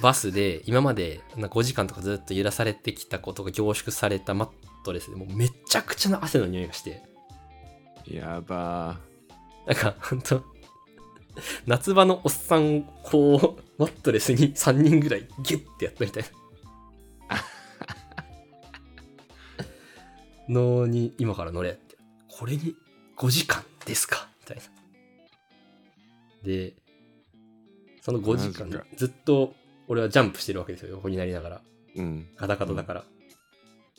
Speaker 1: バスで今までなんか5時間とかずっと揺らされてきたことが凝縮されたマットレスでもうめちゃくちゃな汗の匂いがして
Speaker 2: やば
Speaker 1: なんかほんと夏場のおっさんをこうマットレスに3人ぐらいギュッてやったみた いなのに今から乗れってこれに5時間ですかみたいなでその5時間
Speaker 2: マジか
Speaker 1: ずっと俺はジャンプしてるわけですよ横になりながら
Speaker 2: ーうん
Speaker 1: ガタガタだから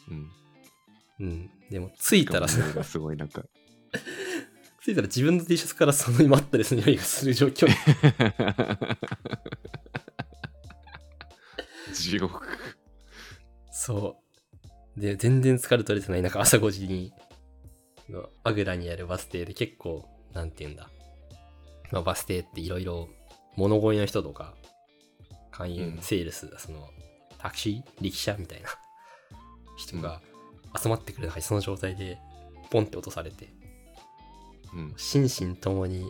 Speaker 2: うん
Speaker 1: うん、でも着いたら
Speaker 2: しかも匂いがすごいなんか
Speaker 1: 着いたら自分の T シャツからそのマットレスの匂いがする状況に
Speaker 2: 地獄
Speaker 1: そうで全然疲れ取れてないなんか朝5時にそのアグラにあるバス停で結構なんて言うんだ、まあ、バス停っていろいろ物乞いの人とか勧誘、
Speaker 2: うん
Speaker 1: セールスそのタクシー力車みたいな人が集まってくる中にその状態でポンって落とされて
Speaker 2: うん
Speaker 1: 心身ともに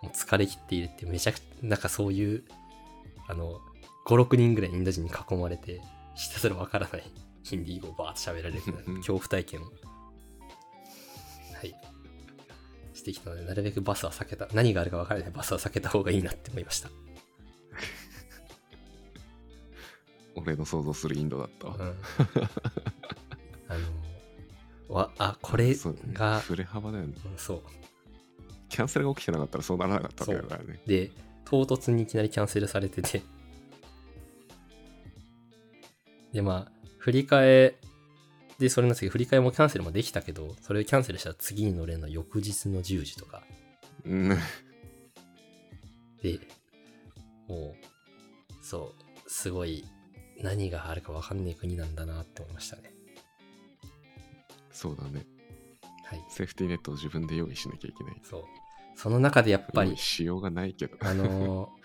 Speaker 1: もう疲れ切っているってめちゃくちゃなんかそういうあの56人ぐらいインド人に囲まれてひたすらわからないヒンディー語をバーッと喋られる恐怖体験をはいしてきたのでなるべくバスは避けた何があるかわからないバスは避けた方がいいなって思いました、
Speaker 2: 俺の想像するインドだった
Speaker 1: うん、
Speaker 2: わ
Speaker 1: あのわあこれ
Speaker 2: そうだね
Speaker 1: が
Speaker 2: 振れ幅だよね
Speaker 1: うんそう
Speaker 2: キャンセルが起きてなかったらそうならなかったわけだからね
Speaker 1: で唐突にいきなりキャンセルされてて でまあ振り替えでそれの次振り替えもキャンセルもできたけどそれをキャンセルしたら次に乗れるのは翌日の10時とか
Speaker 2: うん
Speaker 1: でもうそうすごい何があるか分かんない国なんだなって思いましたね
Speaker 2: そうだね
Speaker 1: はい
Speaker 2: セーフティーネットを自分で用意しなきゃいけない
Speaker 1: そうその中でやっぱ
Speaker 2: 用
Speaker 1: り
Speaker 2: 意しようがないけど
Speaker 1: あのー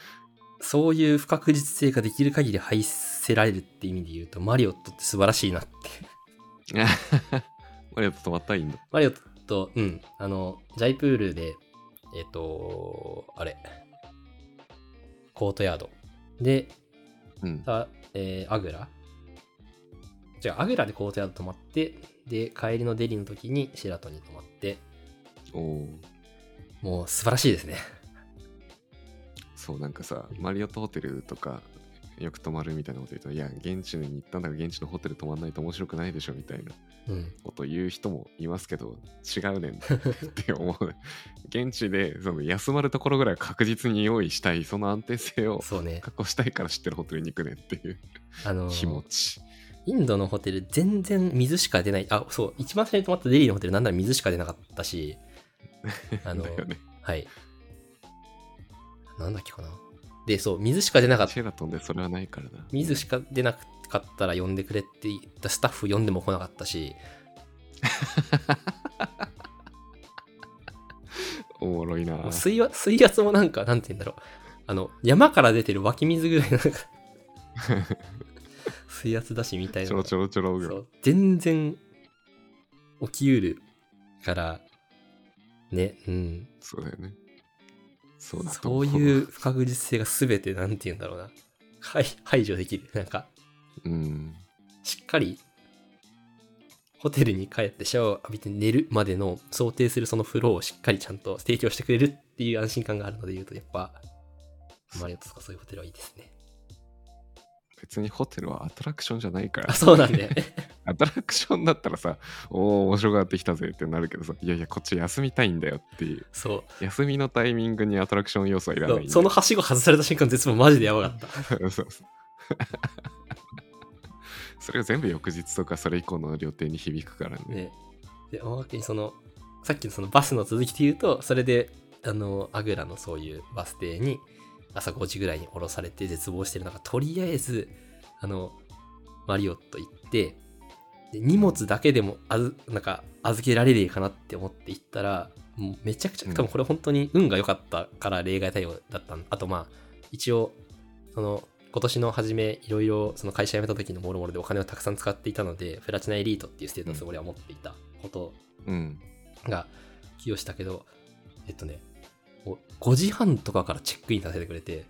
Speaker 1: そういう不確実性ができる限り排せられるって意味で言うと、マリオットって素晴らしいなって。
Speaker 2: マリオット止まったインド
Speaker 1: マリオット、うん、あの、ジャイプールで、えっ、と、あれ、コートヤード。で、
Speaker 2: うん
Speaker 1: たえーアグラ違う、アグラでコートヤード泊まって、で、帰りのデリの時にシェラトンに泊まって、
Speaker 2: おお
Speaker 1: もう素晴らしいですね。
Speaker 2: そうなんかさマリオットホテルとかよく泊まるみたいなこと言うといや現地に行ったんだから現地のホテル泊まんないと面白くないでしょみたいな
Speaker 1: うん。
Speaker 2: こと言う人もいますけど違 うねんって思う現地でその休まるところぐらいは確実に用意したいその安定性を
Speaker 1: そうね。
Speaker 2: 確保したいから知ってるホテルに行くねんっていう
Speaker 1: あのー
Speaker 2: 気持ち
Speaker 1: インドのホテル全然水しか出ない。あ、そう、一番最初に泊まったデリーのホテルなんなら水しか出なかったし、あの
Speaker 2: だ、よね
Speaker 1: はい。なんだっけかな。で、そう、水しか出なかった。
Speaker 2: シェラトンでそれはないからな
Speaker 1: 水しか出なかったら呼んでくれって言ったスタッフ呼んでも来なかったし、
Speaker 2: おもろいな
Speaker 1: もう水圧水圧もなんか、なんて言うんだろう。あの、山から出てる湧き水ぐらい なんか、水圧だしみたいな
Speaker 2: ち
Speaker 1: の
Speaker 2: ょ
Speaker 1: が。
Speaker 2: ろちょろちょろぐ
Speaker 1: そ
Speaker 2: らいう
Speaker 1: 全然起きうるからねうん
Speaker 2: そうだよねそうだと
Speaker 1: そ
Speaker 2: 思
Speaker 1: ういう不確実性が全てなんて言うんだろうな排排除できるなんか
Speaker 2: うん
Speaker 1: しっかりホテルに帰ってシャワーを浴びて寝るまでの想定するそのフローをしっかりちゃんと提供してくれるっていう安心感があるので言うとやっぱマリオットとかそういうホテルはいいですね
Speaker 2: 別にホテルはアトラクションじゃないから
Speaker 1: あそうなんだよね
Speaker 2: アトラクションだったらさ、おお、面白くなってきたぜってなるけどさ、いやいや、こっち休みたいんだよっていう、
Speaker 1: そう
Speaker 2: 休みのタイミングにアトラクション要素はいらないんだよ
Speaker 1: そのはしご外された瞬間絶望マジでやばかった
Speaker 2: そうそう それが全部翌日とかそれ以降の予定に響くからね。
Speaker 1: ね、でおまけにそのさっきのそのバスの続きで言うとそれであのアグラのそういうバス停に朝5時ぐらいに降ろされて絶望してる中とりあえずあのマリオット行ってで荷物だけでもあずなんか預けられねえかなって思って行ったらもうめちゃくちゃ
Speaker 2: うん
Speaker 1: 多分これ本当に運が良かったから例外対応だったんあとまあ一応その今年の初めいろいろその会社辞めた時のもろもろでお金をたくさん使っていたのでプラチナエリートっていうステータスを俺は持っていたこと
Speaker 2: うん。
Speaker 1: が寄与したけどえっとねもう5時半とかからチェックインさせてくれて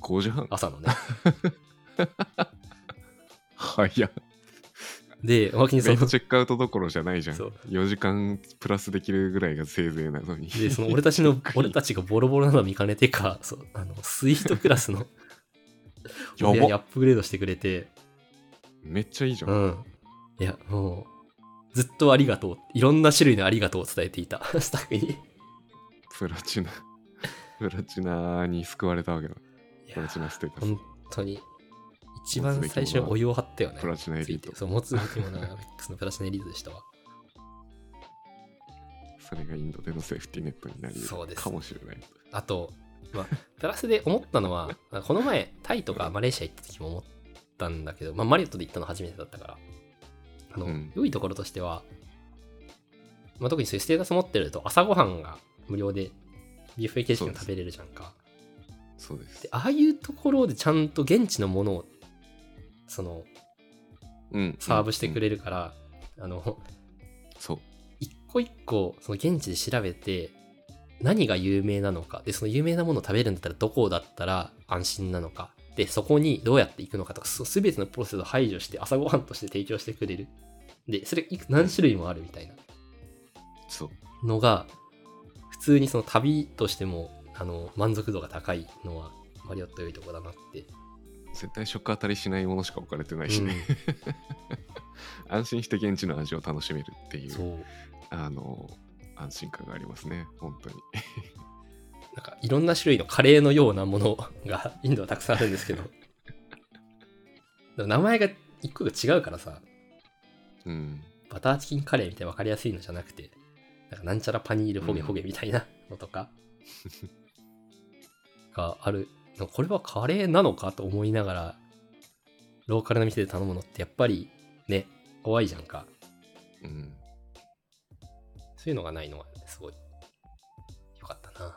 Speaker 2: 5時半
Speaker 1: 朝のね。
Speaker 2: 早っ
Speaker 1: で、おまけにそ
Speaker 2: めっ
Speaker 1: の、
Speaker 2: チェックアウトどころじゃないじゃん
Speaker 1: そう
Speaker 2: 4時間プラスできるぐらいがせいぜいなのに、
Speaker 1: で、その俺たちの 俺たちがボロボロなの見かねてか、そう、あの、スイートクラスの
Speaker 2: やば
Speaker 1: お部屋にアップグレードしてくれて、
Speaker 2: めっちゃいいじゃん、
Speaker 1: うん。いや、もう、ずっとありがとう。いろんな種類のありがとうを伝えていた、 スタッフに。い
Speaker 2: プラチナプラチナに救われたわけだプラ
Speaker 1: や
Speaker 2: チ、ナステータス
Speaker 1: 本当に、一番最初にお湯を張ったよね
Speaker 2: プ。ラチナエ
Speaker 1: つ
Speaker 2: リー
Speaker 1: い
Speaker 2: ト
Speaker 1: てそう、持つべきものは X のプラチナエリートでしたわ。
Speaker 2: それがインドでのセーフティーネットになり得
Speaker 1: そう
Speaker 2: る
Speaker 1: です
Speaker 2: かもしれない
Speaker 1: あと、まあ、 プラスで思ったのは、この前、タイとかマレーシア行った時も思ったんだけど、まあ、マリオットで行ったの初めてだったから、あの、
Speaker 2: うん
Speaker 1: 良いところとしては、まあ、特にそういうステータス持ってると、朝ごはんが無料で、BFK チキン食べれるじゃんか。
Speaker 2: そうです
Speaker 1: で、ああいうところでちゃんと現地のものを、その、
Speaker 2: うん
Speaker 1: サーブしてく
Speaker 2: うん
Speaker 1: れるから、あの、
Speaker 2: そう
Speaker 1: 一個一個その現地で調べて何が有名なのかでその有名なものを食べるんだったらどこだったら安心なのかでそこにどうやって行くのかとかそ全てのプロセスを排除して朝ごはんとして提供してくれるでそれいく何種類もあるみたいな
Speaker 2: そう
Speaker 1: のが普通にその旅としてもあの満足度が高いのはマリオット良いとこだなって、
Speaker 2: 絶対食当たりしないものしか置かれてないしね、安心して現地の味を楽しめるって
Speaker 1: う
Speaker 2: い
Speaker 1: ん
Speaker 2: う
Speaker 1: そう
Speaker 2: あの安心感がありますね本当に
Speaker 1: なんかいろんな種類のカレーのようなものが インドはたくさんあるんですけどでも名前が一個が違うからさ
Speaker 2: うん
Speaker 1: バターチキンカレーみたいな分かりやすいのじゃなくてなんかなんちゃらパニールホゲホゲみたいなのとか、があるなんかこれはカレーなのかと思いながらローカルな店で頼むのってやっぱりね怖いじゃんか
Speaker 2: うん
Speaker 1: そういうのがないのはすごいよかったな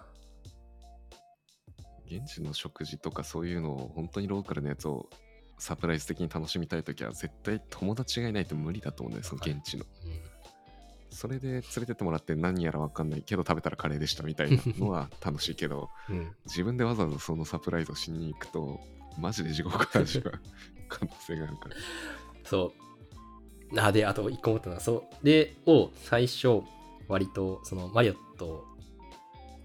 Speaker 2: 現地の食事とかそういうのを本当にローカルのやつをサプライズ的に楽しみたいときは絶対友達がいないと無理だと思うんだよその現地の
Speaker 1: うん
Speaker 2: それで連れてってもらって何やらわかんないけど食べたらカレーでしたみたいなのは楽しいけど
Speaker 1: うん、
Speaker 2: 自分でわざわざそのサプライズをしに行くとマジで地獄の味が可能性があ るから
Speaker 1: そう。あ、で、あと一個思ったのは、そう。で、を最初、割と、そのマリオット、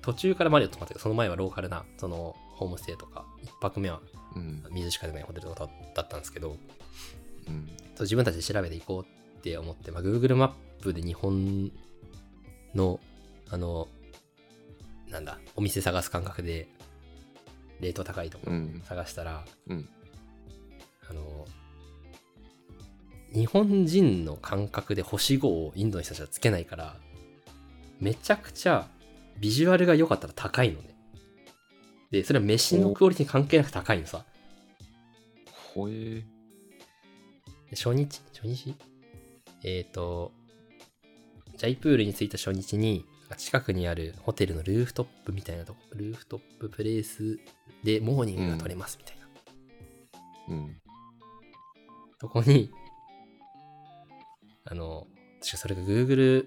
Speaker 1: 途中からマリオットもあったけど、その前はローカルな、その、ホームステイとか、一泊目は
Speaker 2: うん
Speaker 1: 水しか出ないホテルとかだったんですけど、
Speaker 2: うん
Speaker 1: そう自分たちで調べていこうって思って、まあ、Google マップで日本の、あの、なんだ、お店探す感覚で、レート高いとこ
Speaker 2: うん
Speaker 1: 探したら、
Speaker 2: うん
Speaker 1: あの日本人の感覚で星5をインドの人たちはつけないからめちゃくちゃビジュアルが良かったら高いのねでそれは飯のクオリティに関係なく高いのさ
Speaker 2: ほえー
Speaker 1: で初日初日えっ、とジャイプールに着いた初日に近くにあるホテルのルーフトップみたいなとこルーフトッププレイスでモーニングが取れますみたいな、
Speaker 2: うん
Speaker 1: そこに、あの、確かそれが Google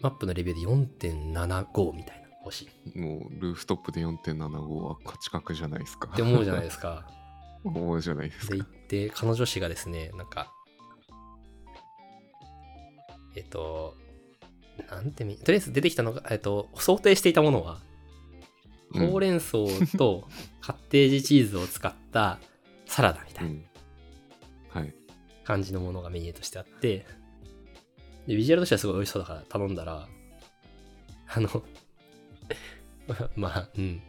Speaker 1: マップのレビューで4.75みたいな星っ
Speaker 2: もうルーフトップで4.75は価値格じゃないですか。
Speaker 1: て思うじゃないですか。
Speaker 2: 思うじゃないです
Speaker 1: で、
Speaker 2: か。
Speaker 1: 行って、彼女氏がですね、なんか、えっと、なんてみ、とりあえず出てきたのが、えっと、想定していたものは、
Speaker 2: うん
Speaker 1: ほうれん草 とカッテージチーズを使ったサラダみたいな。
Speaker 2: うん はい。
Speaker 1: 感じのものがメニューとしてあって、で、ビジュアルとしてはすごい美味しそうだから頼んだら、あの、 まあ、うん。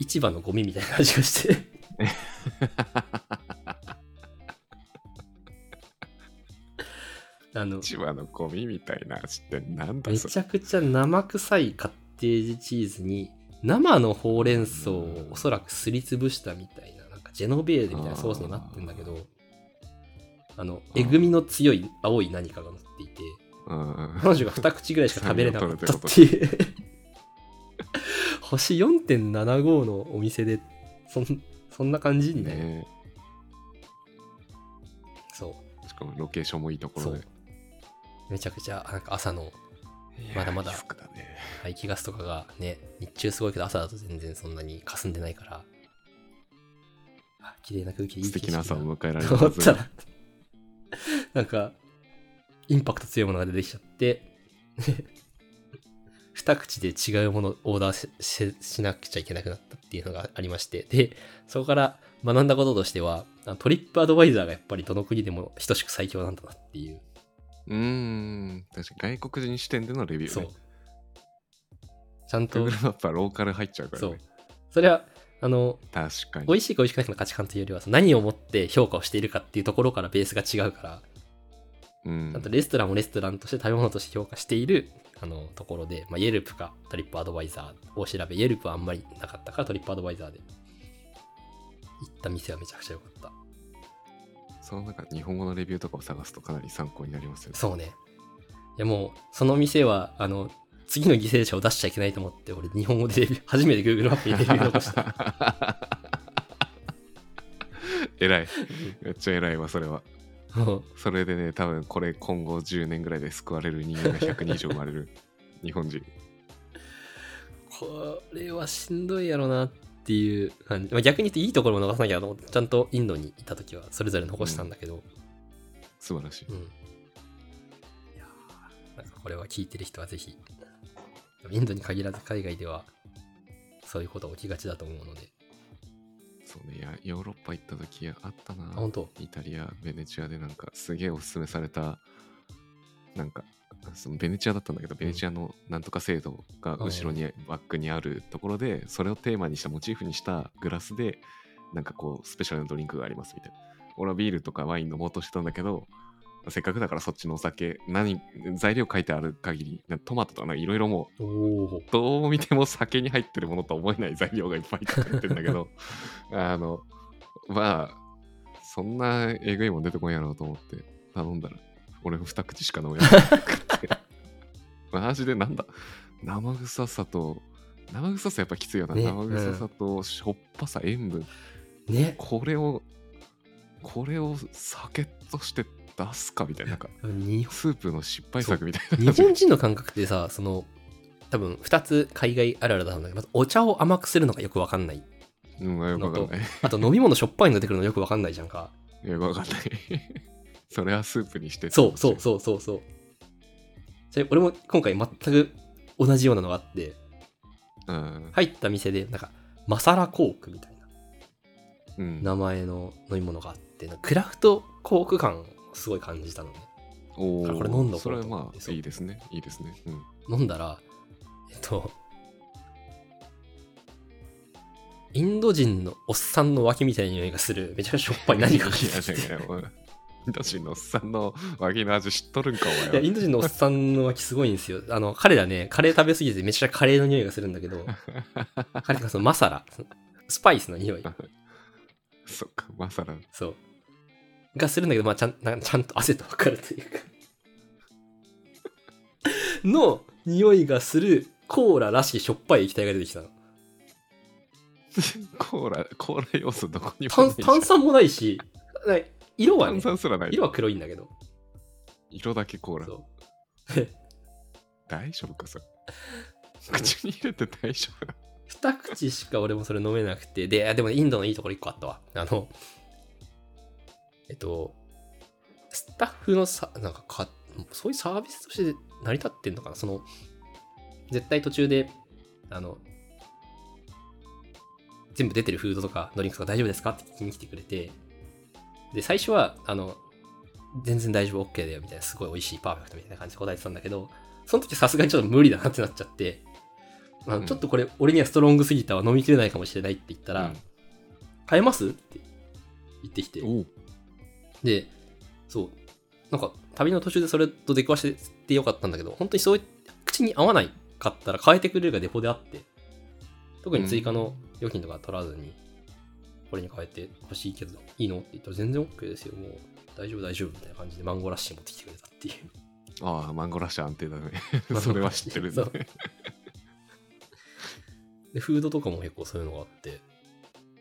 Speaker 1: 市場のゴミみたいな味がして、あの、
Speaker 2: 千葉のゴミみたいな味ってなんだ
Speaker 1: め
Speaker 2: それ
Speaker 1: ちゃくちゃ生臭いカッテージチーズに、生のほうれん草をおそらくすりつぶしたみたいな、なんかジェノベーゼみたいなソースになってんだけど、あの、えぐみの強い青い何かが乗っていて、
Speaker 2: うん
Speaker 1: 彼女が2口ぐらいしか食べれなかったっていう。 星4.75のお店で、そんそんな感じにね。
Speaker 2: ね
Speaker 1: そ
Speaker 2: えしかもロケーションもいいと
Speaker 1: う、
Speaker 2: こ
Speaker 1: そ
Speaker 2: ろ
Speaker 1: う
Speaker 2: で。。
Speaker 1: めちゃくちゃ、なんか朝の
Speaker 2: いや
Speaker 1: まだまだ
Speaker 2: リスクだね
Speaker 1: 排気ガスとかがね、日中すごいけど朝だと全然そんなに霞んでないから、綺麗な空気でいい
Speaker 2: 素敵な朝
Speaker 1: と
Speaker 2: を迎えられた
Speaker 1: 思
Speaker 2: は
Speaker 1: っ
Speaker 2: ず
Speaker 1: たら、 なんか、インパクト強いものが出てきちゃって、 二口で違うものをオーダーしししなくちゃいけなくなったっていうのがありまして、で、そこから学んだこととしては、あのトリップアドバイザーがやっぱりどの国でも等しく最強なんだなっていう
Speaker 2: うーん確かに外国人視点でのレビュー
Speaker 1: そう
Speaker 2: ね。
Speaker 1: ちゃんと
Speaker 2: Google、マップはローカル入っちゃうから
Speaker 1: そ
Speaker 2: ね
Speaker 1: う。それは、あの、
Speaker 2: 確かに
Speaker 1: 美味しいか美味しくないかの価値観というよりは、その何をもって評価をしているかっていうところからベースが違うから、
Speaker 2: うん
Speaker 1: あとレストランもレストランとして食べ物として評価している、あの、ところで、まあ、Yelp かトリップアドバイザーを調べ、Yelp はあんまりなかったからトリップアドバイザーで。行った店はめちゃくちゃ良かった。
Speaker 2: その中日本語のレビューとかを探すとかなり参考になりますよね
Speaker 1: そうね。いやもう、その店は、あの、次の犠牲者を出しちゃいけないと思って、俺、日本語でレビュー、初めて Google マップにレビュー残した。
Speaker 2: 偉いめっちゃ偉いわそれは
Speaker 1: もう
Speaker 2: それでね多分これ今後10年ぐらいで救われる人間が100人以上生まれる日本人
Speaker 1: これはしんどいやろなっていう感じ。まあ、逆に言っていいところも残さなきゃと思ってちゃんとインドに行った時はそれぞれ残したんだけど、
Speaker 2: 素晴らしい
Speaker 1: うん。いやーなんかこれは聞いてる人はぜひ、でもインドに限らず海外ではそういうこと起きがちだと思うので、
Speaker 2: そうねいやヨーロッパ行った時あったな
Speaker 1: あ、本当
Speaker 2: イタリアベネチアでなんかすげえおすすめされたなんかそのベネチアだったんだけどベネチアのなんとか制度が後ろに、バックにあるところでそれをテーマにしたモチーフにしたグラスでなんかこうスペシャルなドリンクがありますみたいな俺はビールとかワイン飲もうとしてたんだけどせっかくだからそっちのお酒何材料書いてある限りなんかトマトとかなんかいろいろもう
Speaker 1: おお
Speaker 2: どう見ても酒に入ってるものとは思えない材料がいっぱい書かれてんだけどあのまあそんなえぐいもん出てこんやろうと思って頼んだら俺二口しか飲めなくてマジでなんだ生臭さと生臭さやっぱきついよな、
Speaker 1: ね
Speaker 2: 生臭さとしょっぱさ塩分
Speaker 1: ね
Speaker 2: これをこれを酒として出すかみたいななんか
Speaker 1: 日 本
Speaker 2: スープの失敗作みたいな
Speaker 1: 日本人の感覚ってさ、その、多分2つ海外あるあるだと思うんだけど、まずお茶を甘くするのがよくわかんない。
Speaker 2: うんよくわかんない
Speaker 1: あと飲み物しょっぱいの出てくるのよくわかんないじゃんか。
Speaker 2: いや、わかんない。 それはスープにして
Speaker 1: そうそうそうそうそう。それ俺も今回全く同じようなのがあって、
Speaker 2: う。うん。
Speaker 1: 入った店で、なんか、マサラコークみたいな
Speaker 2: うん、
Speaker 1: 名前の飲み物があって、なんかクラフトコーク感をすごい感じたのね。
Speaker 2: おー
Speaker 1: これ飲んどこう
Speaker 2: それは
Speaker 1: と思
Speaker 2: ま
Speaker 1: って
Speaker 2: あ、
Speaker 1: そう
Speaker 2: いいですね。いいですね。うん。
Speaker 1: 飲んだら、えっと、インド人のおっさんの脇みたいな匂いがする、めちゃくちゃしょっぱい何かが入って
Speaker 2: いやい
Speaker 1: て
Speaker 2: やいやおいインド人のおっさんの脇の味知っとるんか、お
Speaker 1: いや、
Speaker 2: 前
Speaker 1: インド人のおっさんの脇すごいんですよ。あの、彼らね、カレー食べ過ぎてめちゃくちゃカレーの匂いがするんだ けど、彼がそのマサラ、そのスパイスの匂い
Speaker 2: は。そっか、まさら。
Speaker 1: そう。がするんだけど、まあ、ちゃんなんちゃんと汗と分かるというか。の匂いがするコーラらしいしょっぱい液体が出てきたの。
Speaker 2: コーラ、コーラ要素どこにも
Speaker 1: 炭
Speaker 2: ないじゃん
Speaker 1: 炭酸もないし、な色は
Speaker 2: 炭
Speaker 1: ね、
Speaker 2: 酸すらない。
Speaker 1: 色は黒いんだけど。
Speaker 2: 色だけコーラ
Speaker 1: そ。う
Speaker 2: 大丈夫か、それ。口に入れて大丈夫
Speaker 1: 二口しか俺もそれ飲めなくて。で、あでもインドのいいところ一個あったわ。あの、えっと、スタッフのさ、なんかか、そういうサービスとして成り立ってんのかなその、絶対途中で、あの、全部出てるフードとかドリンクとか大丈夫ですかって聞きに来てくれて、で、最初は、あの、全然大丈夫 OK だよみたいな、すごい美味しい、パーフェクトみたいな感じで答えてたんだけど、その時さすがにちょっと無理だなってなっちゃって、あ
Speaker 2: うん
Speaker 1: ちょっとこれ俺にはストロングすぎたわ、飲みきれないかもしれないって言ったら、
Speaker 2: うん
Speaker 1: 買えますって言ってきて、
Speaker 2: おう
Speaker 1: で、そう、なんか旅の途中でそれと出くわしてよかったんだけど、本当にそういう口に合わないかったら変えてくれるがデフォであって、特に追加の料金とか取らずに、これに変えてほしいけど、いいのって言ったら全然 OK ですよ、もう大丈夫大丈夫みたいな感じでマンゴーラッシー持ってきてくれたっていう。
Speaker 2: ああ、マンゴーラッシュ安定だね
Speaker 1: マンゴーラッ。シュ
Speaker 2: それは知ってるね。
Speaker 1: そうで、フードとかも結構そういうのがあって、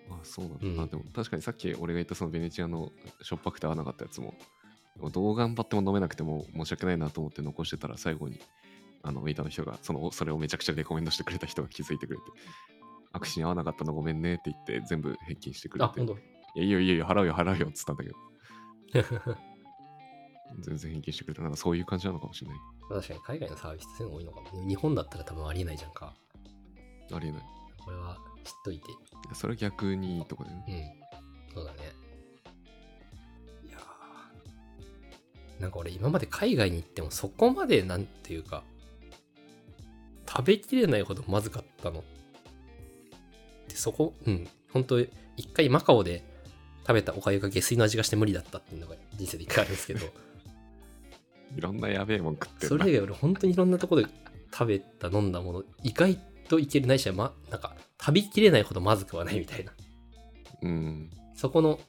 Speaker 2: あそうなんだ、
Speaker 1: うん
Speaker 2: あでも確かにさっき俺が言ったそのベネチアのしょっぱくて合わなかったやつもどう頑張っても飲めなくても申し訳ないなと思って残してたら最後にあのウェイターの人がそのそれをめちゃくちゃレコメンドしてく れた人が気づいてくれて握手に合わなかったのごめんねって言って全部返金してく れ
Speaker 1: あ、
Speaker 2: て
Speaker 1: 本当
Speaker 2: いや、いいよいいよいいよ、払うよ払うよっつったんだけど、全然返金してくれた。なんかそういう感じなのかもしれない。
Speaker 1: 確かに海外のサービスってそういうの多いのかも。日本だったら多分ありえないじゃんか。
Speaker 2: ありえない。
Speaker 1: これは知っといて。
Speaker 2: いやそれ逆にいいとこだよね。
Speaker 1: うん。そうだね。いやーなんか俺今まで海外に行ってもそこまでなんていうか、食べきれないほどまずかったの。で、そこ、うん。本当一回マカオで食べたおかゆが下水の味がして無理だったっていうのが人生で一回あるんですけ ど、
Speaker 2: いろんなやべえもん食って
Speaker 1: そ
Speaker 2: る
Speaker 1: れ
Speaker 2: な
Speaker 1: 以。外俺本当にいろんなとこで食べた飲んだもの、意外といけるないしは、ま、なんか食べきれないほどまずくはないみたいな。
Speaker 2: うん。
Speaker 1: そこの、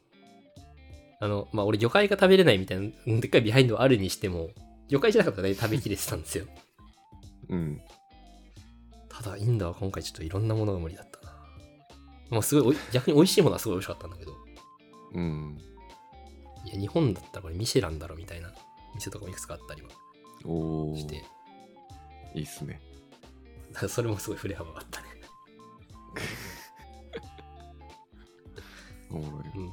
Speaker 1: あの、まあ、俺魚介が食べれないみたいな、でっかいビハインドはあるにしても、魚介じゃなかったら大体食べきれてたんです よ。
Speaker 2: うん。
Speaker 1: ただ、インドは今回ちょっといろんなものが無理だったな。もうすごいおい、逆に美味しいものはすごい美味しかったんだけど、
Speaker 2: うん。
Speaker 1: いや、日本だったらこれミシェランだろみたいな店とかもいくつかあったりは
Speaker 2: おー。
Speaker 1: して、
Speaker 2: いいっすね。
Speaker 1: だからそれもすごい振れ幅があったね。
Speaker 2: おもろい。
Speaker 1: うん。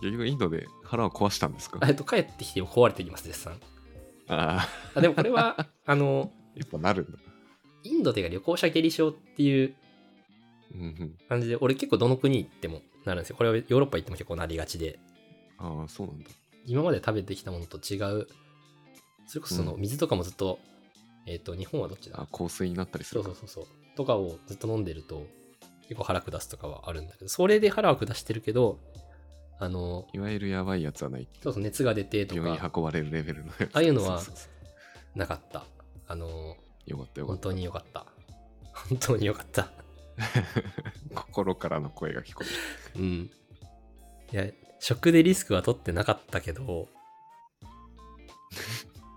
Speaker 2: 結局インドで腹を壊したんですか
Speaker 1: あえっと、帰ってきても壊れてきます、絶賛。
Speaker 2: あ
Speaker 1: あ、でもこれは、 あの、
Speaker 2: あ、やっぱなるんだ。
Speaker 1: インドというか旅行者下痢症っていう
Speaker 2: うんうん。
Speaker 1: 感じで、俺結構どの国行ってもなるんですよ。これはヨーロッパ行っても結構なりがちで。
Speaker 2: ああ、そうなんだ。
Speaker 1: 今まで食べてきたものと違うそれこそその
Speaker 2: う
Speaker 1: 水とかもずっと、えっ、と日本はどっちだ
Speaker 2: あ香水になったりす
Speaker 1: そ
Speaker 2: る
Speaker 1: う
Speaker 2: か
Speaker 1: そうそうそうとかをずっと飲んでると結構腹下すとかはあるんだけどそれで腹は下してるけどあの
Speaker 2: いわゆるやばいやつはない。
Speaker 1: そうそう熱が出てと
Speaker 2: 病院
Speaker 1: か
Speaker 2: に運ばれるレベルのやつ。
Speaker 1: ああいうのは
Speaker 2: そうそうそ
Speaker 1: なかったあの
Speaker 2: うよかったよか
Speaker 1: 本
Speaker 2: っ
Speaker 1: 当によかった本当によかった
Speaker 2: た。 心からの声が聞こえ
Speaker 1: うんいや食でリスクは取ってなかったけ ど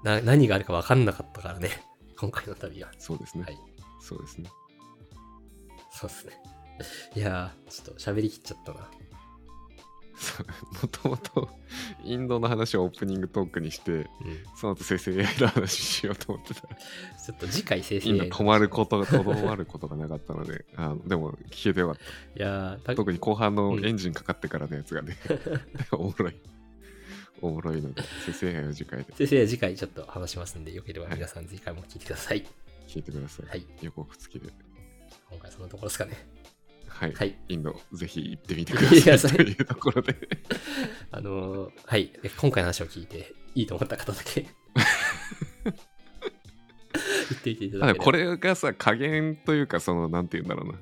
Speaker 1: な何があるか分かんなかったからね今回の旅は
Speaker 2: る。そうですね。
Speaker 1: はい
Speaker 2: そうですね。
Speaker 1: そうっすね。いやー、ちょっと喋りきっちゃったな。
Speaker 2: そうもともとインドの話をオープニングトークにして、
Speaker 1: うん。
Speaker 2: その後生成 AI の話しようと思ってたら、
Speaker 1: ちょっと次回生成
Speaker 2: インド
Speaker 1: AI
Speaker 2: 止まることが、とどまることがなかったので、あのでも聞けてよかった。
Speaker 1: いやー、た
Speaker 2: 特に後半のエンジンかかってからのや つがね、おもろい。おもろいので、先生を次回で
Speaker 1: 生成 AI 次回ちょっと話しますんで、よければ皆さん次回も聞いてください。
Speaker 2: 聞いてください。
Speaker 1: はい。
Speaker 2: 予告付きで。
Speaker 1: 今回はそのところですかね。
Speaker 2: はい。
Speaker 1: はい。
Speaker 2: インド、ぜひ行ってみて
Speaker 1: 行ってみてく
Speaker 2: く
Speaker 1: だ
Speaker 2: だ
Speaker 1: さ い
Speaker 2: さい。というところで、
Speaker 1: あのー、はい。え今回の話を聞いて、いいと思った方だ け。言ってみていただけれ
Speaker 2: ただ
Speaker 1: ば
Speaker 2: これがさ、加減というか、その、なんて言うんだろうな。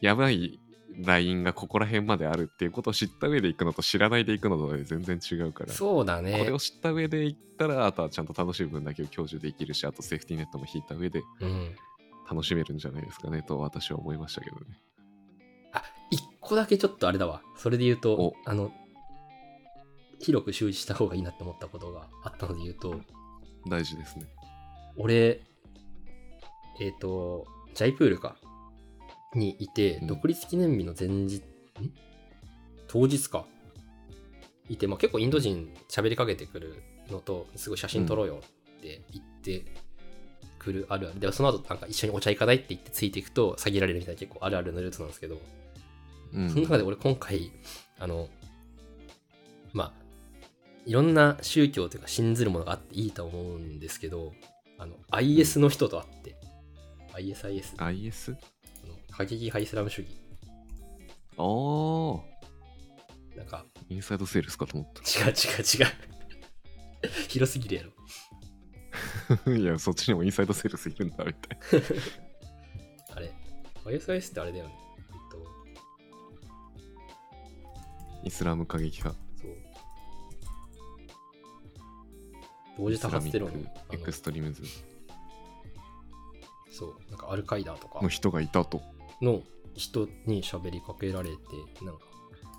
Speaker 2: やばいラインがここら辺まであるっていうことを知った上で行くのと知らないで行くのとで全然違うから。
Speaker 1: そうだ
Speaker 2: これ
Speaker 1: ね
Speaker 2: を。知った上で行ったら、あとはちゃんと楽しい分だけを享受できるし、あとセーフティーネットも引いた上で
Speaker 1: うん。
Speaker 2: 楽しめるんじゃないですかねと私は思いましたけどね。
Speaker 1: あ、一個だけちょっとあれだわ。それで言うと
Speaker 2: お、
Speaker 1: あの、広く周知した方がいいなって思ったことがあったので言うと、
Speaker 2: 大事ですね。
Speaker 1: 俺、えっ、と、ジャイプールか、にいて、
Speaker 2: うん
Speaker 1: 独立記念日の前日、ん当日か、いて、まあ、結構インド人喋りかけてくるのと、すごい写真撮ろうよって言ってくるあるある。で、その後なんか一緒にお茶行かないって言ってついていくと下げられるみたいな結構あるあるのルートなんですけど、
Speaker 2: うん
Speaker 1: その中で俺今回、あの、まあ、いろんな宗教というか信ずるものがあっていいと思うんですけど、あの、IS の人と会って、ISIS、あ
Speaker 2: IS?
Speaker 1: の、過激派イスラム主義。
Speaker 2: ああ、
Speaker 1: なんか、
Speaker 2: インサイドセールスかと思っ
Speaker 1: 違う違う違 う。広すぎるやろ。
Speaker 2: た。 いや、そっちにもインサイドセールスいるんだみたいな。
Speaker 1: あれ、ISIS ってあれだよね。えっと、
Speaker 2: イスラム過激派。
Speaker 1: そう。同時多発テロの
Speaker 2: イスラミック
Speaker 1: あ
Speaker 2: エ
Speaker 1: の
Speaker 2: クストリームズ
Speaker 1: そう、なんかアルカイダとか
Speaker 2: の。人がいたと。
Speaker 1: の人に喋りかけられてなんか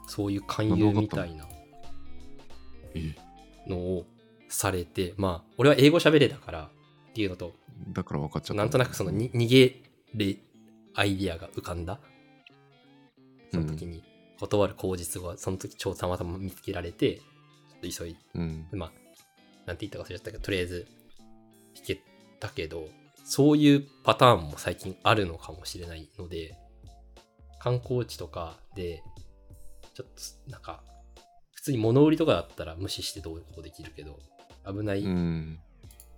Speaker 1: そういう勧誘みたいな
Speaker 2: え
Speaker 1: のをされてまあ俺は英語喋れだからっていうのと
Speaker 2: だから分かっちゃった。
Speaker 1: なんとなくそのに逃げるアイディアが浮かんだその時に断る口実がその時超たまたま見つけられてちょっと急い
Speaker 2: うん。
Speaker 1: でまあなんて言ったか忘れちゃったけどとりあえず弾けたけどそういうパターンも最近あるのかもしれないので観光地とかでちょっとなんか普通に物売りとかだったら無視してどうこうできるけど、危ない、
Speaker 2: うん。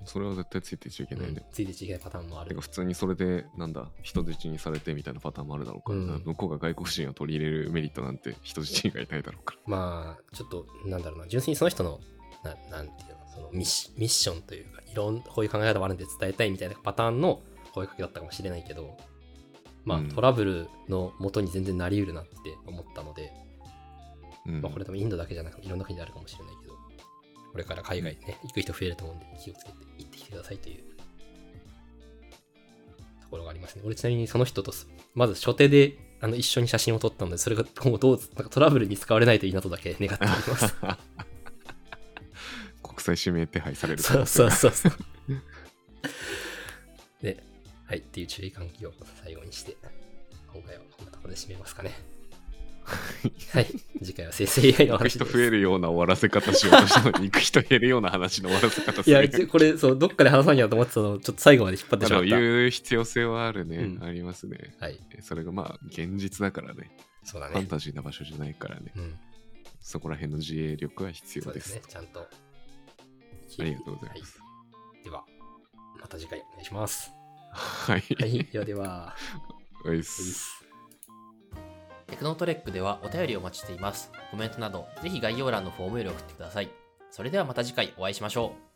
Speaker 2: それは絶対ついていっちゃいけないね。
Speaker 1: うんついてちゃいけないパターンもあ
Speaker 2: て
Speaker 1: る
Speaker 2: か。普通にそれでなんだ人質にされてみたいなパターンもあるだろうから、
Speaker 1: うん
Speaker 2: 向こうが外国人を取り入れるメリットなんて人質以外ないだろうか
Speaker 1: まあ、ちょっと、なんだろうな、純粋にその人の、ななんていうの、そのミッシミッションというか、いろんこういう考え方もあるんで伝えたいみたいなパターンの声かけだったかもしれないけど、まあ、
Speaker 2: うん
Speaker 1: トラブルの元に全然なり得るなって思ったので、
Speaker 2: ら、うん
Speaker 1: まあ、これ多分インドだけじゃなくていろんな国であるかもしれないけど、これから海外ね、行く人増えると思うんで、気をつけて行ってきてくださいというところがありますね。俺ちなみにその人とす、まず初手であの一緒に写真を撮ったので、それが今後どう、なんかトラブルに使われないといいなとだけ 願っております。
Speaker 2: 国際指名手配される
Speaker 1: そうそうそうそう。 で、はい、っていう注意喚起を最後にして、今回はこんなところで締めます かね。はい、次回は生成 AI の
Speaker 2: 行く
Speaker 1: 話で
Speaker 2: 人
Speaker 1: す。
Speaker 2: 増えるような終わらせ方しようとしたのに行く人減るような話の終わらせ方す
Speaker 1: い
Speaker 2: る
Speaker 1: や、ちこれ、そう、どっかで話さなきゃと思ってたのを、ちょっと最後まで引っ張って
Speaker 2: だ
Speaker 1: し
Speaker 2: か
Speaker 1: まっ
Speaker 2: ら
Speaker 1: た。
Speaker 2: 言う必要性はあるね、
Speaker 1: うん
Speaker 2: ありますね
Speaker 1: はい、
Speaker 2: それがまあ現実だからね
Speaker 1: そうだ
Speaker 2: ファン
Speaker 1: ね。
Speaker 2: タジーな場所じゃないからね
Speaker 1: うん、
Speaker 2: そこら辺の自衛力は
Speaker 1: そ
Speaker 2: 必要
Speaker 1: うで
Speaker 2: ですす
Speaker 1: ね、ちゃんと。
Speaker 2: ありがとうございます
Speaker 1: はい、では、また次回お願いします。
Speaker 2: はい、
Speaker 1: はい、ではでは。
Speaker 2: おいっす
Speaker 3: テクノトレックではお便りをお待ちしています。コメントなど、ぜひ概要欄のフォームより送ってください。それではまた次回お会いしましょう。